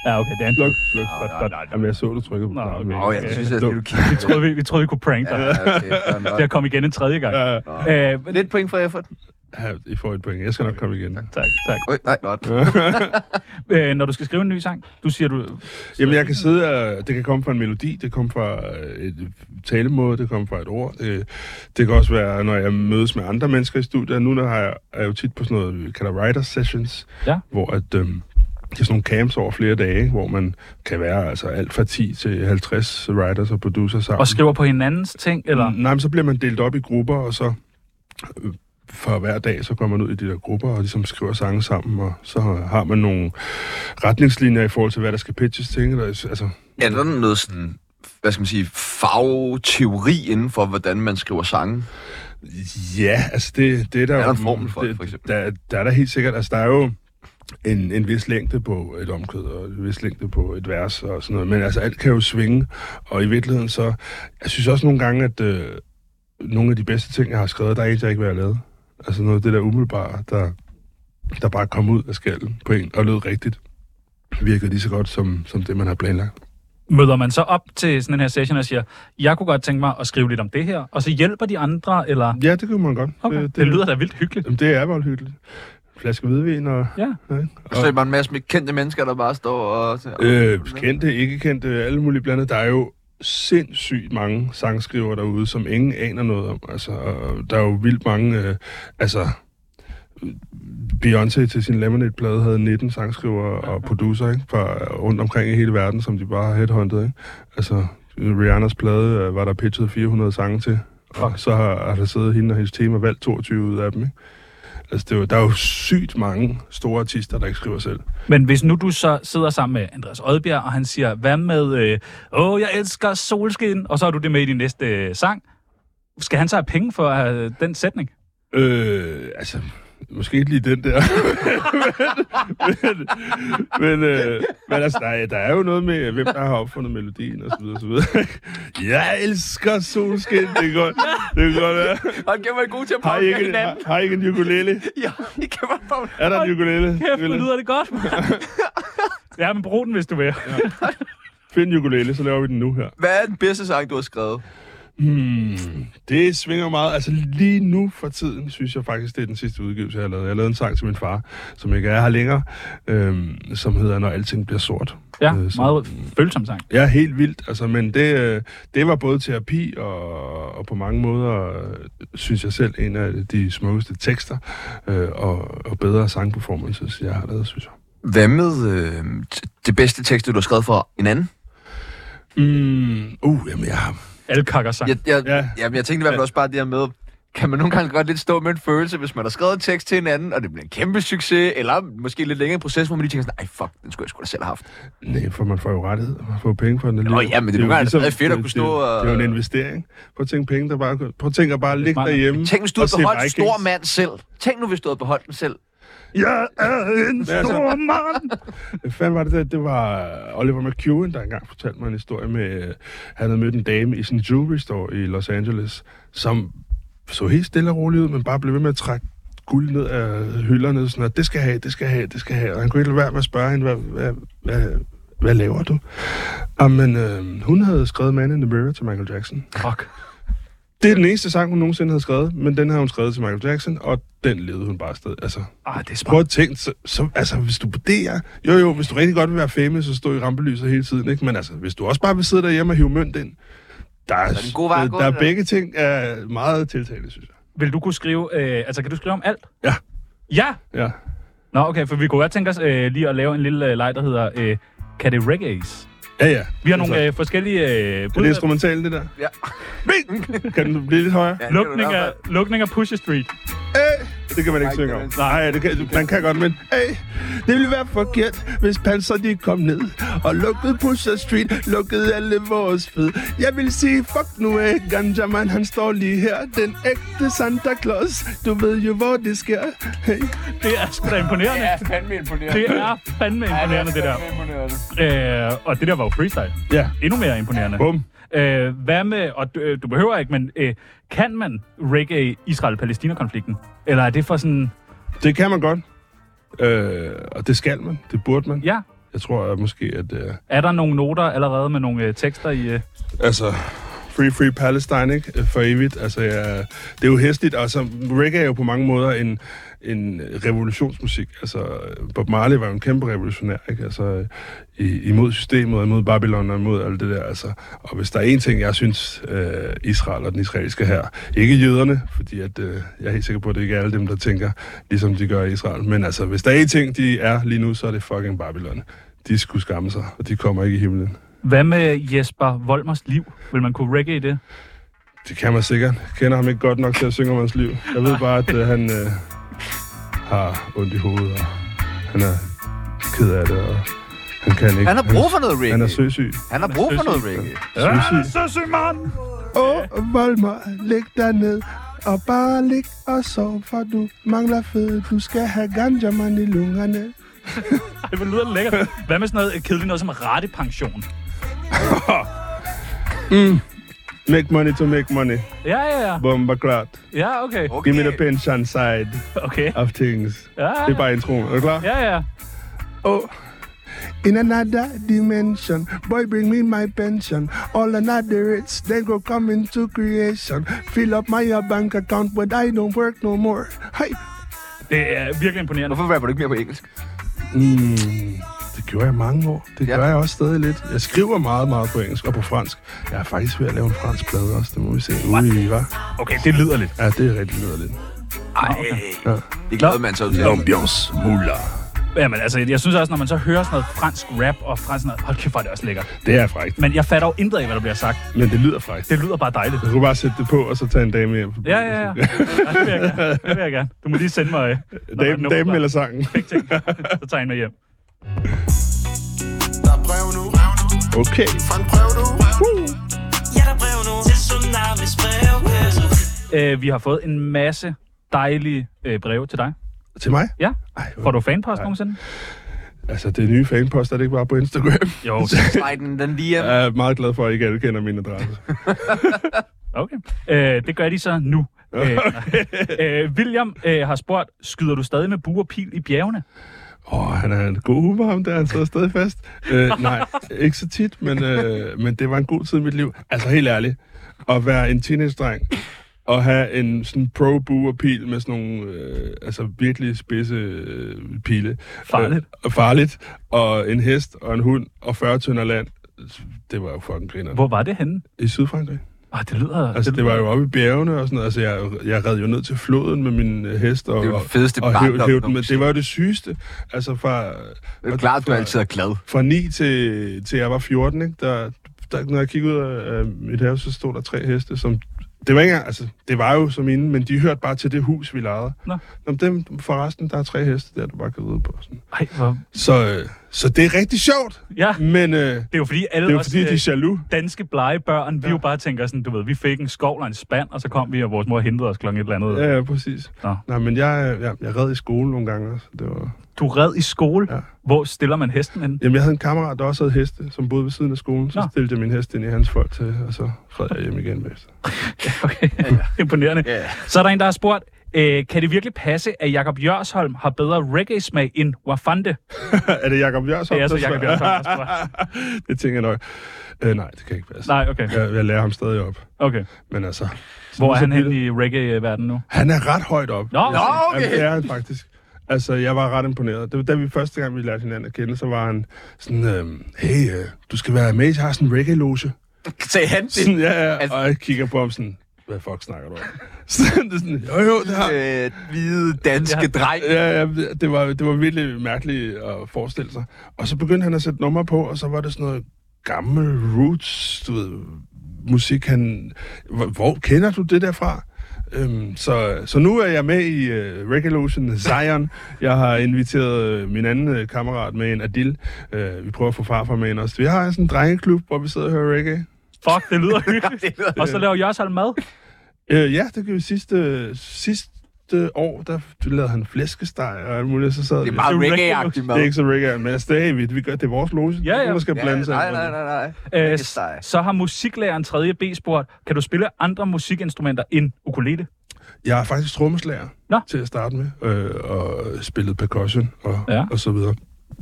Ja, okay, det er en Ah, Sluk, sluk. Godt, nej, godt. nej. Jamen, jeg så, du trykkede på Nå, knappen. okay. Åh, jeg synes, at det er du kigger. Vi troede, vi, vi, troede, vi kunne prank dig. Ja. Ja, okay, fair nok. Det kom igen en tredje gang. Ja. Ja, Øh, Lidt point for effort. ja, I får et point. Jeg skal nok komme igen. tak, tak. Øj, nej, godt. Øh, når du skal skrive en ny sang, du siger du... Jamen, jeg kan sidde og... Det kan komme fra en melodi, det kommer fra øh, et talemåde, det kommer fra et ord. Det, det kan også være, når jeg mødes med andre mennesker i studiet. Nu der har jeg, er jeg jo tit på sådan noget, vi kalder writer sessions, Ja. hvor at... Øh, det er sådan nogle camps over flere dage, hvor man kan være altså alt fra 10 til 50 writers og producer sammen. Og skriver på hinandens ting, eller... Mm, Nej, men så bliver man delt op i grupper, og så øh, for hver dag, så går man ud i de der grupper og ligesom skriver sange sammen, og så har man nogle retningslinjer i forhold til, hvad der skal pitches til. ikke? Eller, altså, Er der noget sådan, hvad skal man sige, fagteori inden for, hvordan man skriver sange? Ja, altså det, det er der... Er der en jo- formel for det, for eksempel? Der, der er der helt sikkert... Altså der er jo en, en vis længde på et omkød, og en vis længde på et vers og sådan noget. Men altså alt kan jo svinge, og i virkeligheden så... Jeg synes også nogle gange, at øh, nogle af de bedste ting, jeg har skrevet, der er et, jeg ikke vil have lavet. Altså noget af det der umiddelbare, der, der bare kom ud af skallen på en og lød rigtigt, virker lige så godt som, som det, man har planlagt. Møder man så op til sådan en her session og siger, jeg kunne godt tænke mig at skrive lidt om det her, og så hjælper de andre, eller... Ja, det kunne man godt. Okay. Det, det lyder da vildt hyggeligt. Jamen, det er voldhyggeligt. flaske hvidvin og... Ja. Og så er det bare en masse med kendte mennesker, der bare står og... Øh, kendte, ikke kendte, alle mulige blandet. Der er jo sindssygt mange sangskriver derude, som ingen aner noget om. Altså, og der er jo vildt mange... Øh, altså, Beyoncé til sin Lemonade-plade havde 19 sangskriver og producer ikke? Fra rundt omkring i hele verden, som de bare har headhunted. Ikke? Altså, Rihannas plade øh, var der pitchet 400 sange til, og så har, har der siddet hende og hendes tema valgt 22 ud af dem. Ikke? Altså, det er jo, der er jo sygt mange store artister, der ikke skriver selv. Men hvis nu du så sidder sammen med Andreas Odbjerg, og han siger, hvad med, øh, åh, jeg elsker solskin, og så har du det med i din næste øh, sang. Skal han så have penge for øh, den sætning? Øh, altså, måske ikke lige den der. men, men, men, øh, men altså, der, er- der er jo noget med, hvem der har opfundet melodien, og så videre, og så videre. Jeg elsker solskin, det kan godt, det kan godt være. Og kan være god til at Har I påvirke ikke, en- har, hinanden. har I ikke en ukulele? Ja, I kan være på. Er der en ukulele? Kæft, Ville? hvor lyder det godt, mand. Ja, men brug den, hvis du vil. Find en ukulele, så laver vi den nu her. Hvad er den bedste sang, du har skrevet? Hmm, det svinger meget. Altså lige nu for tiden, synes jeg faktisk, det er den sidste udgivelse, jeg har lavet. Jeg lavede en sang til min far, som ikke er her længere, øhm, som hedder Når alting bliver sort. Ja, Øh, som- meget følsom sang. Ja, helt vildt. Altså, men det, øh, det var både terapi og, og på mange måder, øh, synes jeg selv, en af de smukkeste tekster øh, og, og bedre sangperformances, jeg har lavet, synes jeg. Hvad med øh, t- det bedste tekst, du har skrevet for en anden? Mm, uh, jamen, jeg har... Alle kakker sang. Jeg, jeg, ja. Ja. jamen, jeg tænkte i hvert fald også bare det her med, kan man nogle gange godt lidt stå med en følelse, hvis man har skrevet en tekst til hinanden, og det bliver en kæmpe succes, eller måske lidt længere proces, hvor man lige tænker sådan, ej fuck, den skulle jeg sgu da selv have haft. Nej, for man får jo rettighed, man får penge for den. alligevel. ja, men det er nogle jo ligesom- gange stadig fedt at kunne det- stå det, og- Det er jo en investering. Prøv at tænke penge, der bare... Prøv at tænke at bare ligge smart. derhjemme Tænk, hvis du og havde se beholdt en Vikings. stor mand selv. Tænk nu, hvis du havde beholdt den selv. Jeg er en er så- stor mand! Hvad fanden var det der? Det var øh, Oliver McEwen, der engang fortalte mig en historie med, øh, han havde mødt en dame i sin jewelry store i Los Angeles, som så helt stille og roligt ud, men bare blev ved med at trække guld ned af hylderne, sådan at det skal jeg have, det skal jeg have, det skal jeg have. Og han kunne ikke lade være med at spørge hende, hvad, hvad, hvad, hvad laver du? Jamen, øh, hun havde skrevet Man in the Mirror til Michael Jackson. Fuck. Det er den eneste sang, hun nogensinde havde skrevet, men den havde hun skrevet til Michael Jackson, og den levede hun bare stadig. Altså, Ah, det er smart. Prøv at tænke, så, så, altså, hvis du på DR... Jo, jo, hvis du rigtig godt vil være famous så stå i rampelyset hele tiden, ikke? Men altså, hvis du også bare vil sidde derhjemme og hive mønt ind, der er, det en god vej at der, gå, der er eller? begge ting er meget tiltalende, synes jeg. Vil du kunne skrive, øh, altså kan du skrive om alt? Ja. Ja! Ja. Nå, okay, for vi kunne godt tænke os øh, lige at lave en lille øh, leg, der hedder, øh, kan det reggae's? Ja, ja. Vi har Altså, nogle øh, forskellige øh, Er det bud. instrumentalt, det der? Ja. Men! Kan den blive lidt højere? Ja. Ja, det kan du i Lukning hvert af, fald. lukning af Pusher Street. Det kan man ikke Nej, synge det om. kan Nej, det kan, man kan godt, men... Hey, det ville være forkert, hvis Panser de kom ned og lukkede Pusher Street, lukkede alle vores fed. Jeg vil sige, fuck nu af, Ganja man, han står lige her. Den ægte Santa Claus, du ved jo, hvor det sker. Hey. Det er sgu da imponerende. Det er fandme imponerende. Det er fandme imponerende, det der. imponerende. Øh, og det der var jo freestyle. Ja. Endnu mere imponerende. Bum. Øh, hvad med, og du, øh, du behøver ikke, men øh, kan man reggae Israel-Palæstina-konflikten? Eller er det for sådan, Det kan man godt. Øh, og det skal man. Det burde man. ja, Jeg tror at måske, at... Øh, er der nogle noter allerede med nogle øh, tekster i? Øh? altså, Free Free Palestine, ikke? For evigt. Altså, ja, det er jo hæsligt. Altså, reggae er jo på mange måder en, en revolutionsmusik. Altså, Bob Marley var jo en kæmpe revolutionær, ikke? Altså, i, imod systemet, og imod Babylon og imod alt det der. Altså. Og hvis der er en ting, jeg synes, øh, Israel og den israelske her, ikke jøderne, fordi at, øh, jeg er helt sikker på, at det ikke er alle dem, der tænker, ligesom de gør i Israel. Men altså, hvis der er en ting, de er lige nu, så er det fucking Babylon. De skulle skamme sig, og de kommer ikke i himlen. Hvad med Jesper Volmers liv? Vil man kunne reggae i det? Det kan man sikkert. Jeg kender ham ikke godt nok til at synge om hans liv. Jeg ved bare, at øh, han øh, har ondt i hovedet, og han er ked af det, og han kan ikke. Han har brug for noget reggae. Han er søsyg. Han har brug for noget reggae. Søsyg. Så syg mand! Åh, oh, Volmer, læg dig ned. Og bare lig og sov, for du mangler fed. Du skal have ganjaman i lungerne. Det lyder lækkert. Hvad med sådan noget øh, kedeligt noget som rettepension? Make money to make money. Ja, ja, ja. Bomber klart. Ja, okay. Okay. Give me the pension side Okay. of things. Ja, Det er bare introen. Er du klar? ja, ja. Oh. In another dimension, boy, bring me my pension. All another it's then go come into creation. Fill up my uh, bank account, but I don't work no more. Hey, Det er virkelig imponerende. Hvorfor rapper du ikke mere på engelsk? Mm, det gjorde jeg mange år. Det Ja. ja. gør jeg også stadig lidt. Jeg skriver meget, meget på engelsk og på fransk. Jeg er faktisk ved at lave en fransk plade også. Det må vi se. Ui, hva? Okay, det lyder lidt. Ja, det er rigtig lyderligt. Ej, Ja. det glæder man sig ud til. L'ambiance mula. Jamen, altså, jeg synes også, når man så hører sådan noget fransk rap og fransk sådan noget, hold kæft, hvor er det også lækkert. Det er frækt. Men jeg fatter jo intet af, hvad der bliver sagt. Men det lyder frækt. Det lyder bare dejligt. Du kunne bare sætte det på, og så tage en dame hjem. Ja, ja, ja. Ej, Det vil jeg gerne. Det vil jeg gerne. Du må lige sende mig... øh, når der er et Dame, nummer dame klar. eller sangen. Big ting. Så tager jeg en med hjem. Der er brev nu Okay. Fra en brev nu Ja, der er brev nu Til Tsunamis brevkasse Øh, vi har fået en masse dejlige øh, breve til dig. Til mig? Ja. Ej, Får du fanpost nogensinde? Altså, det nye fanpost, er det ikke bare på Instagram? Jo. Slide den, den lige hjem. Jeg er meget glad for, at ikke alle kender min adresse. Okay. Øh, det gør de så nu. Øh, øh, William øh, har spurgt, skyder du stadig med bue og pil i bjergene? Åh, oh, han er en god humor, ham der. Han sidder stadig fast. Øh, nej, ikke så tit, men, øh, men det var en god tid i mit liv. Altså, helt ærligt. At være en teenage-dreng og have en sådan pro buer pil med sådan nogle øh, altså virkelig spidse øh, pile. Farligt. Øh, farligt. Og en hest og en hund og 40 tønder land. Det var jo fucking griner. Hvor var det henne? I Sydfrankrig. Ah, det lyder... Altså, det lyder- var jo oppe i bjergene og sådan noget. Altså, jeg, jeg red jo ned til floden med min øh, hest. Og, Det er jo det fedeste og barndom, hæv, hæv den med. nogensinde. Det var jo det sygeste. Altså, fra, Det er klart, du altid er glad. fra 9 til, til jeg var 14, ikke? Der, der, når jeg kiggede ud af af mit have, så stod der tre heste, som... Det var ikke engang, altså, det var jo som inden, men de hørte bare til det hus, vi lejede. Nå. Nå, men dem, forresten, der er tre heste der, du bare kan ud på. Sådan. Ej, hvor... Så, øh, så det er rigtig sjovt, Ja, men øh, det det er jo fordi alle er jo os, fordi, de øh, er jaloux. danske blege børn, vi jo bare tænker sådan, du ved, vi fik en skovl og en spand, og så kom vi, og vores mor hentede os klokken et eller andet. Ja, ja, præcis. Nå. Nej, men jeg, jeg, jeg red i skole nogle gange også. Det var, Du red i skole. Ja. Hvor stiller man hesten hen? Jamen, jeg havde en kammerat, der også havde heste, som boede ved siden af skolen. Så Nå. stillede jeg min hest ind i hans folk til, og så red jeg hjem igen bagefter. Okay, imponerende. Ja. Så er der en, der har spurgt, øh, kan det virkelig passe, at Jakob Jørsholm har bedre reggae-smag end Wafande? er det Jacob Jørsholm? Det er altså der Jacob spørger? Jørsholm, der spørger. det tænker jeg nok. Øh, nej, det kan ikke passe. Nej, okay. Jeg, jeg lærer ham stadig op. okay. Men altså... Hvor er sådan han så henne bliver i reggae-verdenen nu? det. Han er ret højt op. Nå, Jeg- Nå, okay. Jamen, det er han faktisk. Altså, jeg var ret imponeret. Det var, da vi første gang, vi lærte hinanden at kende, så var han sådan, øhm, hey, øh, du skal være med, jeg har sådan en reggae-loge. Sagde han det? Sådan, ja, ja. Altså- Og jeg kigger på ham sådan, hvad fuck snakker du om? Så det er sådan, jo, jo, det har... Øh, hvide danske dreng. Ja, ja, det var, det var virkelig mærkeligt at forestille sig. Og så begyndte han at sætte numre på, og så var det sådan noget gammel roots, du ved, musik. Han, hvor, hvor kender du det der fra? Øhm, så, så nu er jeg med i øh, Regulation Zion. Jeg har inviteret øh, min anden øh, kammerat med en Adil. Øh, vi prøver at få farfar med ind også. Vi har sådan en drengeklub, hvor vi sidder og hører reggae. Fuck, det lyder hyggeligt. Det lyder- og så laver Jørsholm mad. Øh, Øh, ja, det gjorde vi sidste, sidste år, der lavede han flæskesteg og alt muligt, så sad Det er vi- meget Det er jo reggae-agtigt mad. Det er ikke så reggae, men altså, det, er, vi, vi gør, det er vores loge. ja. Der skal Ja, blande sig. nej, ind. nej, nej, nej. øh, Reggae style. så har musiklæreren 3.B spurgt, kan du spille andre musikinstrumenter end ukulele? Jeg er faktisk trommeslager Nå. til at starte med, øh, og spillet percussion og, Ja. ja. og så videre.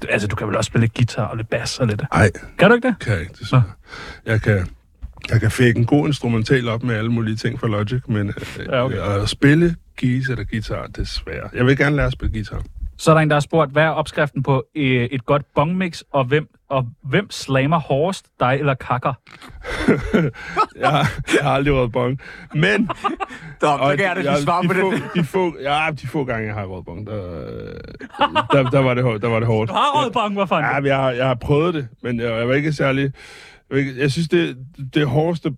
Altså, du kan vel også spille lidt guitar og lidt bass og lidt... Nej, Kan du ikke det? kan jeg ikke. desværre. Jeg kan, jeg kan fække en god instrumental op med alle mulige ting fra Logic, men øh, Ja, ja, okay. okay. at spille geese eller guitar, det er svært. Jeg vil gerne lære at spille guitar. Så er der en, der har spurgt, hvad er opskriften på øh, et godt bongmix, og hvem, og hvem slammer hårdest, dig eller kakker? Jeg, har- jeg har aldrig været bong. Men Stop, så kan jeg da lige svare de på det. få, De få, ja, de få gange, jeg har røget bong, der, der, der, var det, hår- der var det hårdt. Du har røget bong, hvor fanden? Ja, men jeg, har- jeg har prøvet det, men jeg, jeg var ikke særlig... Jeg, var ikke, jeg synes, det, det hårdeste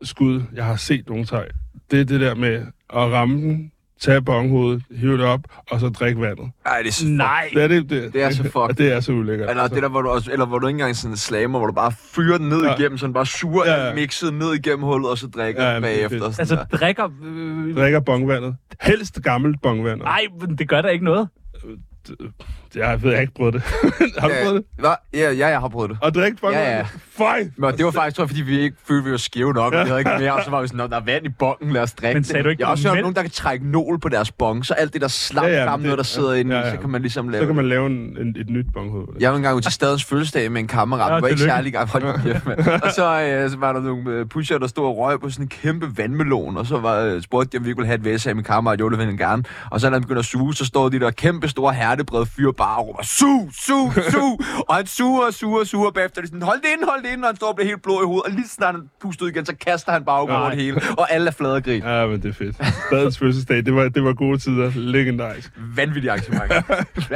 bong-skud, jeg har set nogen tage, det er det der med at ramme den, tage bonghovedet, hive det op, og så drikke vandet. Ej, det er så Nej. Det er, det, det, Det er så fucked. Det er så ulækkert. Eller det der, hvor du, også, eller hvor du ikke engang sådan slammer, hvor du bare fyrer den ned Ja. igennem, sådan bare suger Ja, ja, ja. mixet ned igennem hullet, og så drikker Ja, ja, jamen, det er bagefter. fedt. og Sådan Altså, der. drikker... Øh, Altså, Drikker bongvandet. Helst gammelt bongvandet. nej, men det gør da ikke noget. det- Jeg ved, jeg har ikke prøvet det. har du prøvet det? Hva? Ja, ja, jeg har prøvet det. Og drikke fucking Ja, ja. Fej! Men det var Altså- faktisk, tror jeg, fordi vi ikke følte, vi var skæve nok. Vi havde ikke mere, og så var vi sådan, "Nå, der er vand i bongen, lad os drikke Men sagde det." du ikke, jeg har også hørt mælk? nogen, der kan trække nål på deres bong, så alt det der slam Ja, ja, ja, men ja, det- der sidder ja, inde i, ja. så kan man ligesom lave Så kan man lave en, en, et nyt bonghoved. Jeg var engang ude til stadens fødselsdag med en kammerat. Ja, Ja, det var ikke tillykke. særlig gang. Hold nu kæft, mand. Og så, øh, så var der nogle øh, pusher, der stod og røg på sådan en kæmpe vandmelon. Og så var, øh, spurgte de, om vi ikke ville have et væs af min kammerat. Jo, det ville han gerne. Og så da han begyndte at suge, så stod de der kæmpe store hertebrede fyre bare og råber, su, su, su. og han suger og suger og suger og bagefter. er De sådan, hold det ind, hold det ind. Og han står og bliver helt blå i hovedet. Og lige så snart han puster ud igen, så kaster han bare op over Nej. det hele. Og alle er flade og grin. Ja, men det er fedt. Stadens fødselsdag, det var, det var gode tider. Legendarisk. Vanvittig arrangement.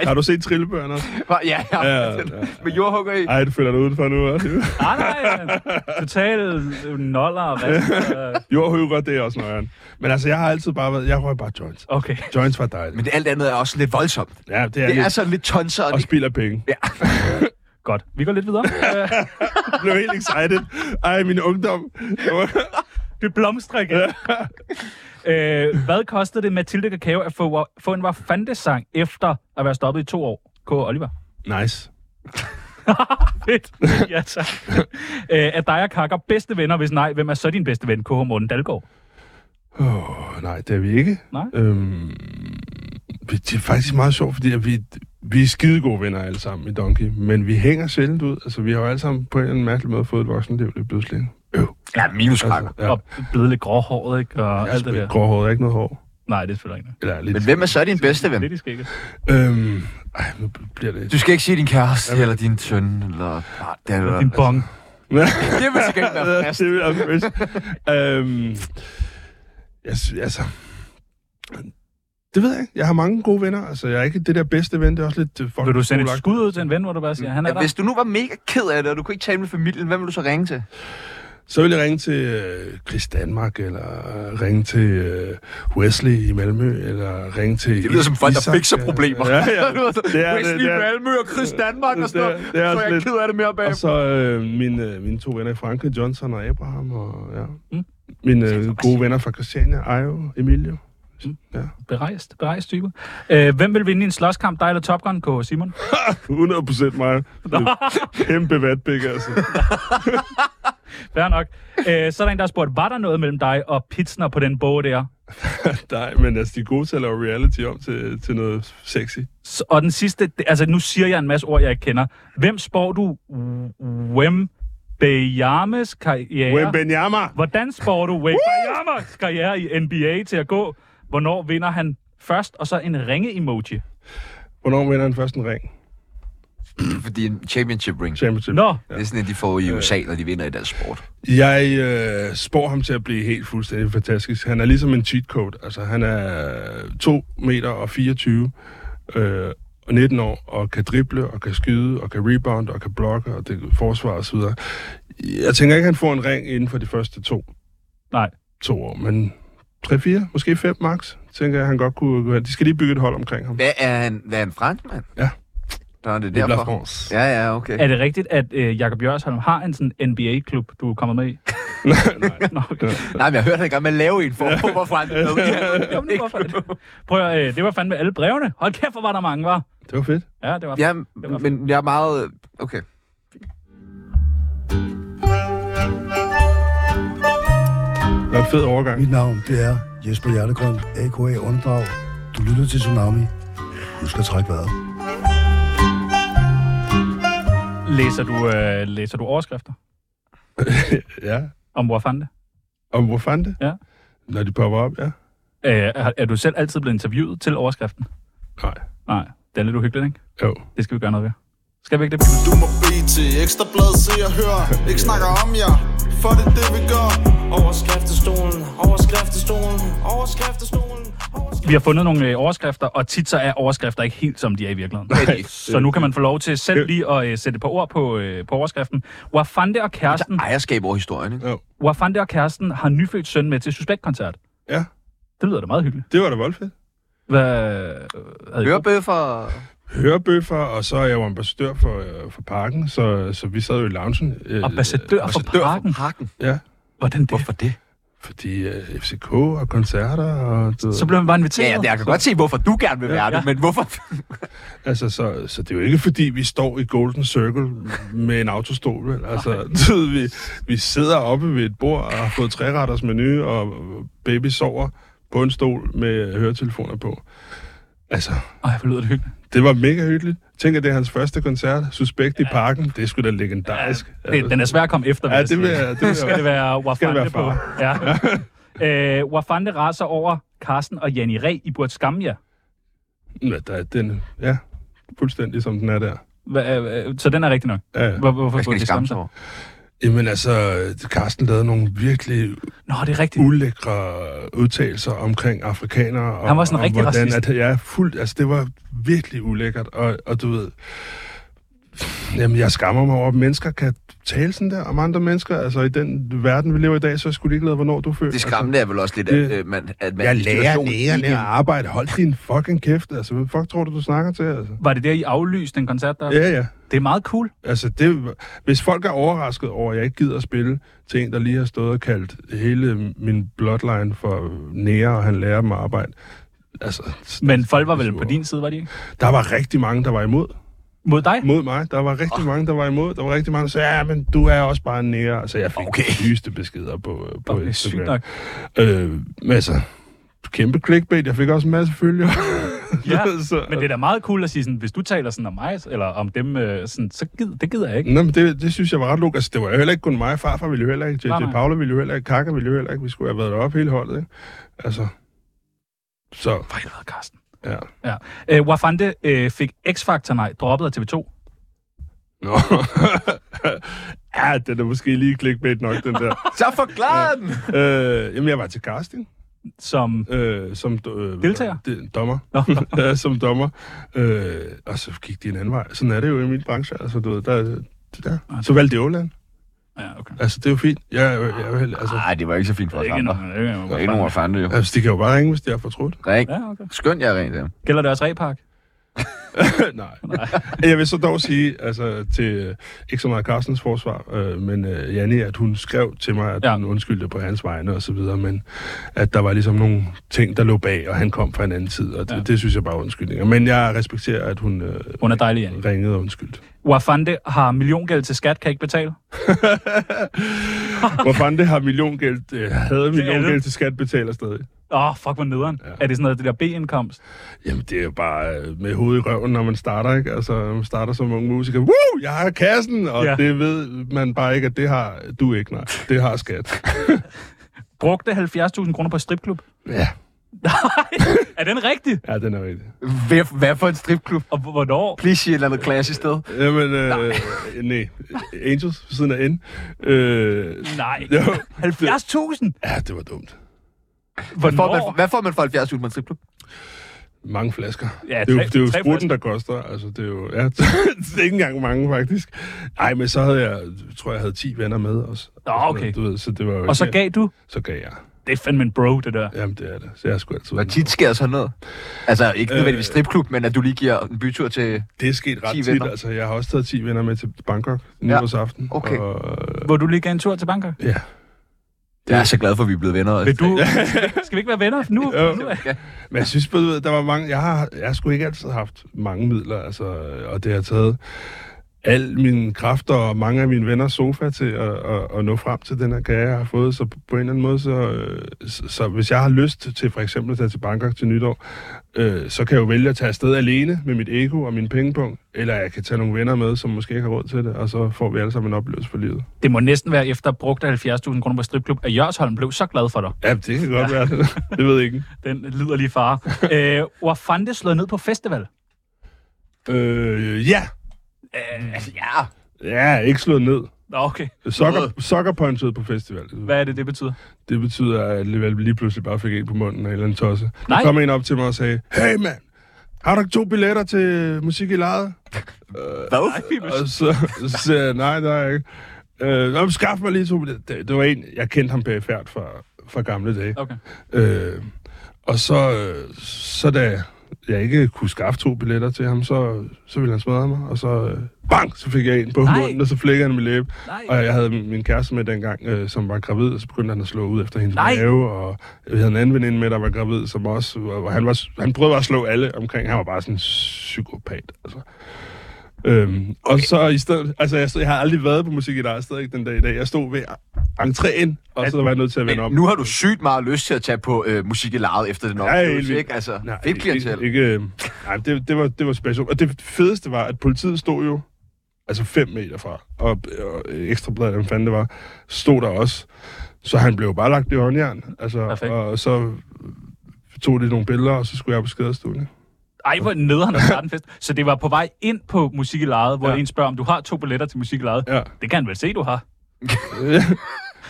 Har du set Trillebørn også? ja, ja. Ja, ja, ja. Med jordhugger i. Ej, du føler dig udenfor nu også. Nej, nej. Total øh, noller og hvad. øh, jo, højre, det er også nøjeren. Men altså, jeg har altid bare været... Jeg røg bare joints. Okay. Joints var dejligt. Men det, alt andet er også lidt voldsomt. ja, det er, Det er lidt... sådan lidt tonser, og Og det spilder penge. Godt. Vi går lidt videre. Øh, Jeg blev helt excited. Ej, min ungdom. Det blomstrer igen. øh, hvad kostede det Mathilde Kakao at få, få en Wafande-sang efter at være stoppet i to år? K. Oliver. nice. Fedt. ja, tak. øh, er dig og Kakker bedste venner? Hvis nej, hvem er så din bedste ven? K. Morten Dalgaard. Åh, nej, det er vi ikke. Nej. Øhm, vi- det er faktisk meget sjovt, fordi at vi, vi er skide gode venner alle sammen i Donkey, men vi hænger sjældent ud. Altså, vi har jo alle sammen på en eller anden mærkelig måde fået et voksenliv lige pludselig. Øv. Ja, minus krakker. Ja. Ja. Og blevet lidt gråhåret, ikke? Og alt det der. Gråhåret er ikke noget hår. Nej, det er selvfølgelig ikke. Eller lidt. Men hvem er så din bedste ven? Lidt i skægget. Øhm, ej, nu bliver det... Du skal ikke sige din kæreste, eller din søn, eller partner, eller... Din bong. Det vil sikkert ikke være fast. det vil jeg først. øhm, jeg, sy- altså, det ved jeg ikke. Jeg har mange gode venner. Altså, jeg er ikke det der bedste ven. Det er også lidt... øh, folk- Vil du sende et skolagt. skud ud til en ven, hvor du bare siger, han er Ja, der? hvis du nu var mega ked af det, og du kunne ikke tale med familien, hvem vil du så ringe til? Så vil jeg ringe til øh, Chris Danmark, eller ringe til øh, Wesley i Malmø, eller ringe til... Isak, øh, Ja, ja. Det er, det, Wesley det er, Malmø og Chris Danmark og sådan det er- noget. det er Så også er jeg lidt- ked af det mere bag. og så øh, mine, øh, mine to venner i Frankrig, Johnson og Abraham, og ja. Mm. Mine øh, gode venner fra Christiania, Ajo, Emilio. Ja. Berejst, berejst type. Øh, hvem vil vinde i en slåskamp, dig eller Top Gun, K. Simon? 100% mig. Kæmpe vatpik, altså. Fair nok. Øh, så er der en, der har spurgt, var der noget mellem dig og Pitsner på den bog der? Nej, men altså, de er gode til at lave reality om til, til noget sexy. S- Og den sidste, det- altså nu siger jeg en masse ord, jeg ikke kender. Hvem spår du Wem Bejames karriere? Ja. Wembenyama! Hvordan spår du Wem Bejames karriere i NBA til at gå? Hvornår vinder han først? Og så en ringe-emoji. Hvornår vinder han først en ring? Altså, Fordi en championship ring, Championship. Nå, det er sådan, at de får i USA, når de vinder i dansk sport. Jeg øh, spår ham til at blive helt fuldstændig fantastisk. Han er ligesom en cheat code. Altså, han er 2 meter og 24 øh, og 19 år, og kan drible, og kan skyde, og kan rebound, og kan blokke, og det forsvar og så videre. Jeg tænker ikke, han får en ring inden for de første to, nej. to år, men 3-4, måske 5 max, tænker jeg, han godt kunne gøre. De skal lige bygge et hold omkring ham. Hvad er han? Hvad er en franskmand? Ja. Nå, det er Det er La derfor. France. Ja, ja, okay. Er det rigtigt, at øh, Jakob Jørsholm har en sådan NBA-klub, du er kommet med i? nej, Nå, okay. Nej, men jeg hørte, han er i gang med at lave en for, hvorfor han er Jamen, det, var, prøv at, øh, det var fandme alle brevene. Hold kæft, hvor var der mange, var. Det var fedt. Ja, det var Ja, men jeg er meget... Okay. Det var en fed overgang. Mit navn, det er Jesper Hjertegrøn, AKA Åndedrag. Du lytter til Tsunami. Husk at trække vejret. Læser du, øh, læser du overskrifter Ja, om Wafande? om hvor fandt det? Ja. Når de popper op, ja. Øh, er, er du selv altid blevet interviewet til overskriften? Nej, Nej, det er lidt uhyggeligt, ikke? jo. Det skal vi gøre noget ved. Skal vi ikke det? Du må bede til ekstrablad, se og hør Ikke snakker om jer, for det er det vi gør Overskriftestolen, overskriftestolen, overskriftestolen. Vi har fundet nogle øh, overskrifter, og tit så er overskrifter ikke helt, som de er i virkeligheden. Så nu kan man få lov til selv lige at øh, sætte et par ord på, øh, på overskriften. Wafande og kæresten, Ejerskab over historien, ikke? jo. Wafande og kæresten har nyfødt søn med til suspektkoncert. Ja, Det lyder da meget hyggeligt. det var da voldfedt. Hvad, øh, havde I- Hørebøffer... hørebøffer, og så er jeg jo ambassadør for, øh, for parken, så, så vi sad jo i loungen. Øh, Ambassadør for Ambassadør for parken? parken. Ja, Hvordan det? Hvorfor det? Fordi øh, FCK og koncerter og... Du, Så bliver man bare inviteret. Ja, ja, det- jeg kan godt se, hvorfor du gerne vil være ja. det, men hvorfor... Altså, så, så det er jo ikke, fordi vi står i Golden Circle med en autostol, vel? Altså, du, ved, vi, vi sidder oppe ved et bord og har fået træretters menu, og baby sover på en stol med høretelefoner på. Altså, Ej, hvor lyder det hyggeligt. det var mega hyggeligt. Tænk, at det er hans første koncert. Suspekt i parken. Det er sgu da legendarisk. Altså. Det, den er svær at komme efter, vil Ja, jeg det vil sige. jeg- det vil jeg- Skal det være Wafande være på? Ja. øh, Wafande raser over Carsten og Janni Ræ i Burt Skamme jer. Ja, der er den, ja, fuldstændig som den er der. Hva, øh, så den er rigtig nok. Ja, ja. Hvor, hvorfor Hvad skal burde de skamme sig over? Jamen altså, Carsten lavede nogle virkelig Nå, det er rigtigt. ulækre udtalelser omkring afrikanere. Og, Han var sådan og rigtig hvordan, racist. At, ja, fuldt, altså det var virkelig ulækkert, og, og du ved, jamen jeg skammer mig over, at mennesker kan tale sådan der om andre mennesker. Altså i den verden, vi lever i dag, så skulle de ikke lade, hvornår du føler. Det skræmmende er vel også lidt, det- at, øh, man, at man... Altså, jeg i lærer situationen i lægerne en- at arbejde. Hold din fucking kæft, altså. Hvad fuck tror du, du snakker til, altså? Var det der, I aflyste en koncert der? Ja, ja. Det er meget cool. Altså, det, hvis folk er overrasket over, at jeg ikke gider at spille til en, der lige har stået og kaldt hele min bloodline for nære, og han lærer dem at arbejde. Altså, Men folk var vel på din side, var de ikke? der var rigtig mange, der var imod. Mod dig? Mod mig. Der var Ah. rigtig mange, der var imod. Der var rigtig mange, der sagde, ja, men du er også bare en nære. Altså, jeg fik okay. Okay. dygeste beskeder på, øh, på Okay, okay, sygt Instagram. nok. Øh, men altså, kæmpe clickbait. Jeg fik også en masse følgere. Ja, Så- men det er da meget cool at sige sådan, hvis du taler sådan om mig, eller om dem, øh, sådan, så gid, det gider jeg ikke. Nå, men det, det synes jeg var ret logisk. Altså, det var jo heller ikke kun mig. Farfar ville jo heller ikke. Nej, JJ nej. Paula ville jo heller ikke. Kaka ville jo heller ikke. Vi skulle have været deroppe hele holdet, ikke? Altså. Så, For helvede, Carsten. ja. Ja. Øh, Wafande øh, fik X-Factor nej, droppet af TV2. Nå. ja, den er måske lige clickbait nok, den der. Så forklar den! øh, jamen, jeg var til casting. Som, Øh, som do- øh, Deltager? De, dommer. Nå. ja, som dommer. Øh, og så gik de en anden vej. Sådan er det jo i min branche. Altså, du ved, der, der. Så valgte de Åland. ja, okay. Altså, det er jo fint. Jeg, jeg, jeg, jeg, altså, Nej, det var ikke så fint for os Ikke andre. nogen, ikke Der er ikke nogen, nogen. der fandt det jo. altså, de kan jo bare ringe, hvis de har fortrudt. Ring. Ja, okay. Skønt, jeg rent der. Gælder det også Repark? Nej. Jeg vil så dog sige, altså til øh, ikke så meget Carstens forsvar, øh, men øh, Janni, at hun skrev til mig, at Ja. ja. hun undskyldte på hans vegne og så videre, men at der var ligesom nogle ting, der lå bag, og han kom fra en anden tid, og det, Ja. ja. det synes jeg bare er undskyldninger. Men jeg respekterer, at hun øh, Hun er dejlig, Janni. ringede og undskyldte. Wafande har milliongæld til skat, kan ikke betale. Hvor fanden det har milliongæld, øh, havde milliongæld det. til skat betaler stadig. Åh, oh, fuck, hvor nederen. Ja. Er det sådan noget, det der B-indkomst? Jamen, det er jo bare øh, med hovedet i røven, når man starter, ikke? Altså, når man starter som ung musiker. Woo! Jeg har kassen! Og Ja. ja. det ved man bare ikke, at det har du ikke, nej. Det har skat. Brugte 70.000 kroner på et stripklub? ja. Er den rigtig? Ja, den er rigtig. Hvad, hvad for en stripklub? Og hv- hvornår? Please sig et eller andet klassisk sted. Jamen, øh, nej. Angels ved siden af N. Øh, Nej. jo. 70.000? Ja, det var dumt. Får man, Hvornår? hvad får man for 70 ud på en stripklub? Mange flasker. Ja, det er jo, tre- det er jo tre spruten, flasker. der koster. Altså, det er jo... Ja, det er ikke engang mange, faktisk. Nej, men så havde jeg... tror, jeg havde 10 venner med os. Nå, Og sådan okay. noget, Du ved, så det var jo Og så ikke- gav du? Så gav jeg. Det er fandme en bro, det der. Jamen, det er det. Så jeg skulle altid... Hvor tit sker sådan noget? Altså, ikke nødvendigvis stripklub, men at du lige giver en bytur til... Det er sket ret 10 tit. venner. Altså, jeg har også taget 10 venner med til Bangkok Ja. nytårsaften. Okay. Og, øh, Hvor du lige gav en tur til Bangkok. ja. Jeg er så glad for, at vi er blevet venner. altså. Vil du... Skal vi ikke være venner nu? Jo. nu er- Men jeg synes, både, der var mange... Jeg har, jeg har sgu ikke altid haft mange midler, altså, og det har taget al mine kræfter og mange af mine venners sofa til at, at, at nå frem til den her gave, jeg har fået. Så på en eller anden måde, så, øh, så, så hvis jeg har lyst til for eksempel at tage til Bangkok til nytår, øh, så kan jeg jo vælge at tage afsted alene med mit ego og min pengepunkt, eller jeg kan tage nogle venner med, som måske ikke har råd til det, og så får vi alle sammen en oplevelse for livet. Det må næsten være efter brugte 70.000 kroner på stripklub, at Jørsholm blev så glad for dig. Ja, det kan godt være. det ved jeg ikke. Den lider lige far. øh, Wafande slået ned på festival. Øh, ja. Øh, Ja, Ja, ikke slået ned. nå, okay. Sokker, sokkerpunchet på festival. Hvad er det, det betyder? Det betyder, at jeg lige pludselig bare fik en på munden af en eller anden tosse. Nej. Der kom en op til mig og sagde, Hey mand, har du ikke to billetter til musik i lejet? hvad? Altså, Og så så sagde jeg, nej, der er ikke. Øh, "Nå, men skaf mig lige to billetter. Det, det var en, jeg kendte ham perifært fra, fra gamle dage. Okay. Øh, og så, øh, så da jeg ikke kunne skaffe to billetter til ham, så, så ville han smadre mig, og så øh, bang, så fik jeg en på Nej. munden, og så flækkede han min læbe. Nej. Og jeg havde min min kæreste med dengang, øh, som var gravid, og så begyndte han at slå ud efter hendes Nej. mave, og jeg havde en anden veninde med, der var gravid, som også, og og han, var, han prøvede bare at slå alle omkring, han var bare sådan en psykopat, altså. Øhm, okay. Og så i stedet, altså jeg, stod, jeg har aldrig været på musik i dag, stadig den dag i dag. Jeg stod ved entréen, og så var jeg nødt til at vende om. Men nu har du sygt meget lyst til at tage på øh, musik i lejet efter den helt oplevelse, vildt. ikke? Altså, Nej, fedt klientel. Ikke, ikke, øh, nej, det, det, var, det var special. Og det fedeste var, at politiet stod jo, altså 5 meter fra, og, og ekstrabladet, hvad fanden det var, stod der også. Så han blev bare lagt i håndjern. Altså, Perfekt. og så tog de nogle billeder, og så skulle jeg på skadestuen. Ej, hvor nederen at starte en fest. Så det var på vej ind på musik i lejet, hvor Ja. ja. en spørger, om du har to billetter til musik i lejet. Ja. Det kan han vel se, du har.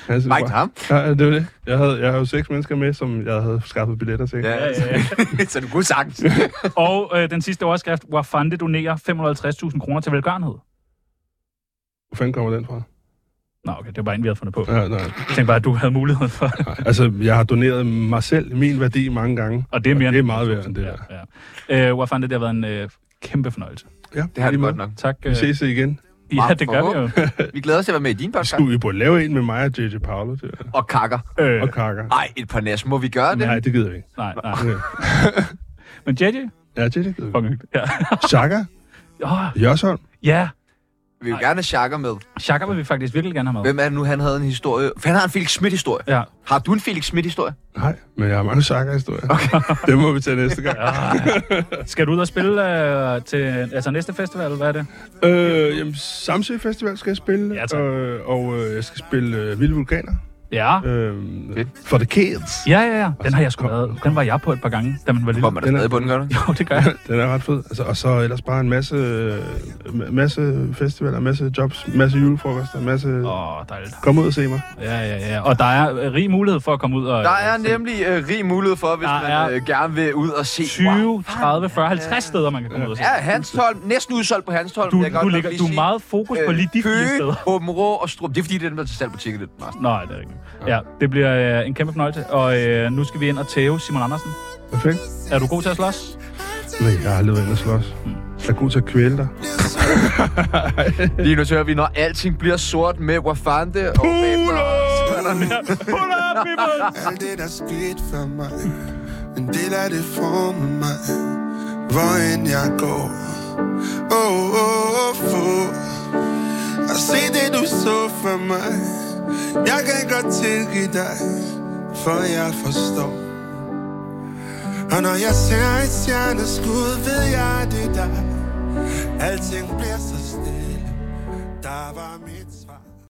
altså, Mike bare- ham. Ja, det var det. Jeg havde, jeg havde jo seks mennesker med, som jeg havde skaffet billetter til. Ja, ja, ja. så du kunne sagtens. Og øh, den sidste overskrift, hvor Fante donerer 550.000 kroner til velgørenhed. Hvor fanden kommer den fra? Nå, okay, det var bare en, vi havde fundet på. Ja, nej, Jeg tænkte bare, at du havde muligheden for det. nej. Altså, jeg har doneret mig selv, min værdi, mange gange. Og det er mere det er meget værd end det der. Ja, ja. Øh, Wafanda, det har været en øh, kæmpe fornøjelse. Ja, Det har lige det godt meget. nok. Tak. Øh, Vi ses igen. ja, det gør vi jo. Vi glæder os til at være med i din podcast. Skulle vi burde lave en med mig og JJ Paolo det der. Og kakker. Øh, og Kaka? Ej, et par nas. Må vi gøre det? Nej, det gider vi ikke. nej, nej. Okay. Men JJ? Ja, det, det gider vi ikke. Fucking hyggeligt. Ja. Chaka? Oh, Jørsholm? ja, Vi vil gerne have Chaka med. Chaka vil vi faktisk virkelig gerne have med. Hvem er det nu, han havde en historie? For han har en Felix Schmidt-historie. Ja. Har du en Felix Schmidt-historie? Nej, men jeg har mange Chaka-historier. Okay. det må vi tage næste gang. ja. Skal du ud og spille øh, til altså næste festival? Hvad er det? øh, jamen, Samsø Festival skal jeg spille. Ja, tak. Øh, og øh, jeg skal spille øh, Vilde Vulkaner. Ja. Øh, Fedt. for the kids. Ja, ja, ja. Den har jeg sgu været. Den var jeg på et par gange, da man var lille. Kommer der Den er- stadig på den, gør du? Jo, det gør jeg. Den er ret fed. Altså, og så ellers bare en masse, øh, masse festivaler, masse jobs, masse julefrokoster, masse... Oh. Åh, oh, dejligt. Kom ud og se mig. Ja, ja, ja. Og der er øh, rig mulighed for at komme ud og... Der er nemlig øh, rig mulighed for, hvis Der er man øh, gerne vil ud og se... 20, 30, 40, 50 steder, man kan komme ud og se. Ja, Hanstholm. Næsten udsolgt på Hanstholm. Du, vil jeg godt du, nok ligger, lige du er sige. øh, meget fokus på lige de fire Køge, steder. Åben Rå og Strup. Det er fordi, det er dem, der er til salg på Ticket. Nej, det er rigtigt. Ja, det bliver øh, en kæmpe fornøjelse. Og øh, nu skal vi ind og tæve Simon Andersen. Perfekt. Er du god til at slås? Nej, jeg har aldrig været inde og slås. Jeg er god til at kvæle dig. Lige nu hører vi, når alting bliver sort med Wafande og Vape. Pull up, people! Alt det, der skete for mig En del af det former mig Hvor end jeg går Åh, oh, oh, oh, få At se det, du så for mig Jeg kan godt tilgive dig For jeg forstår Og når jeg ser et stjerneskud Ved jeg, det er dig Alting bliver så stille Der var mit svar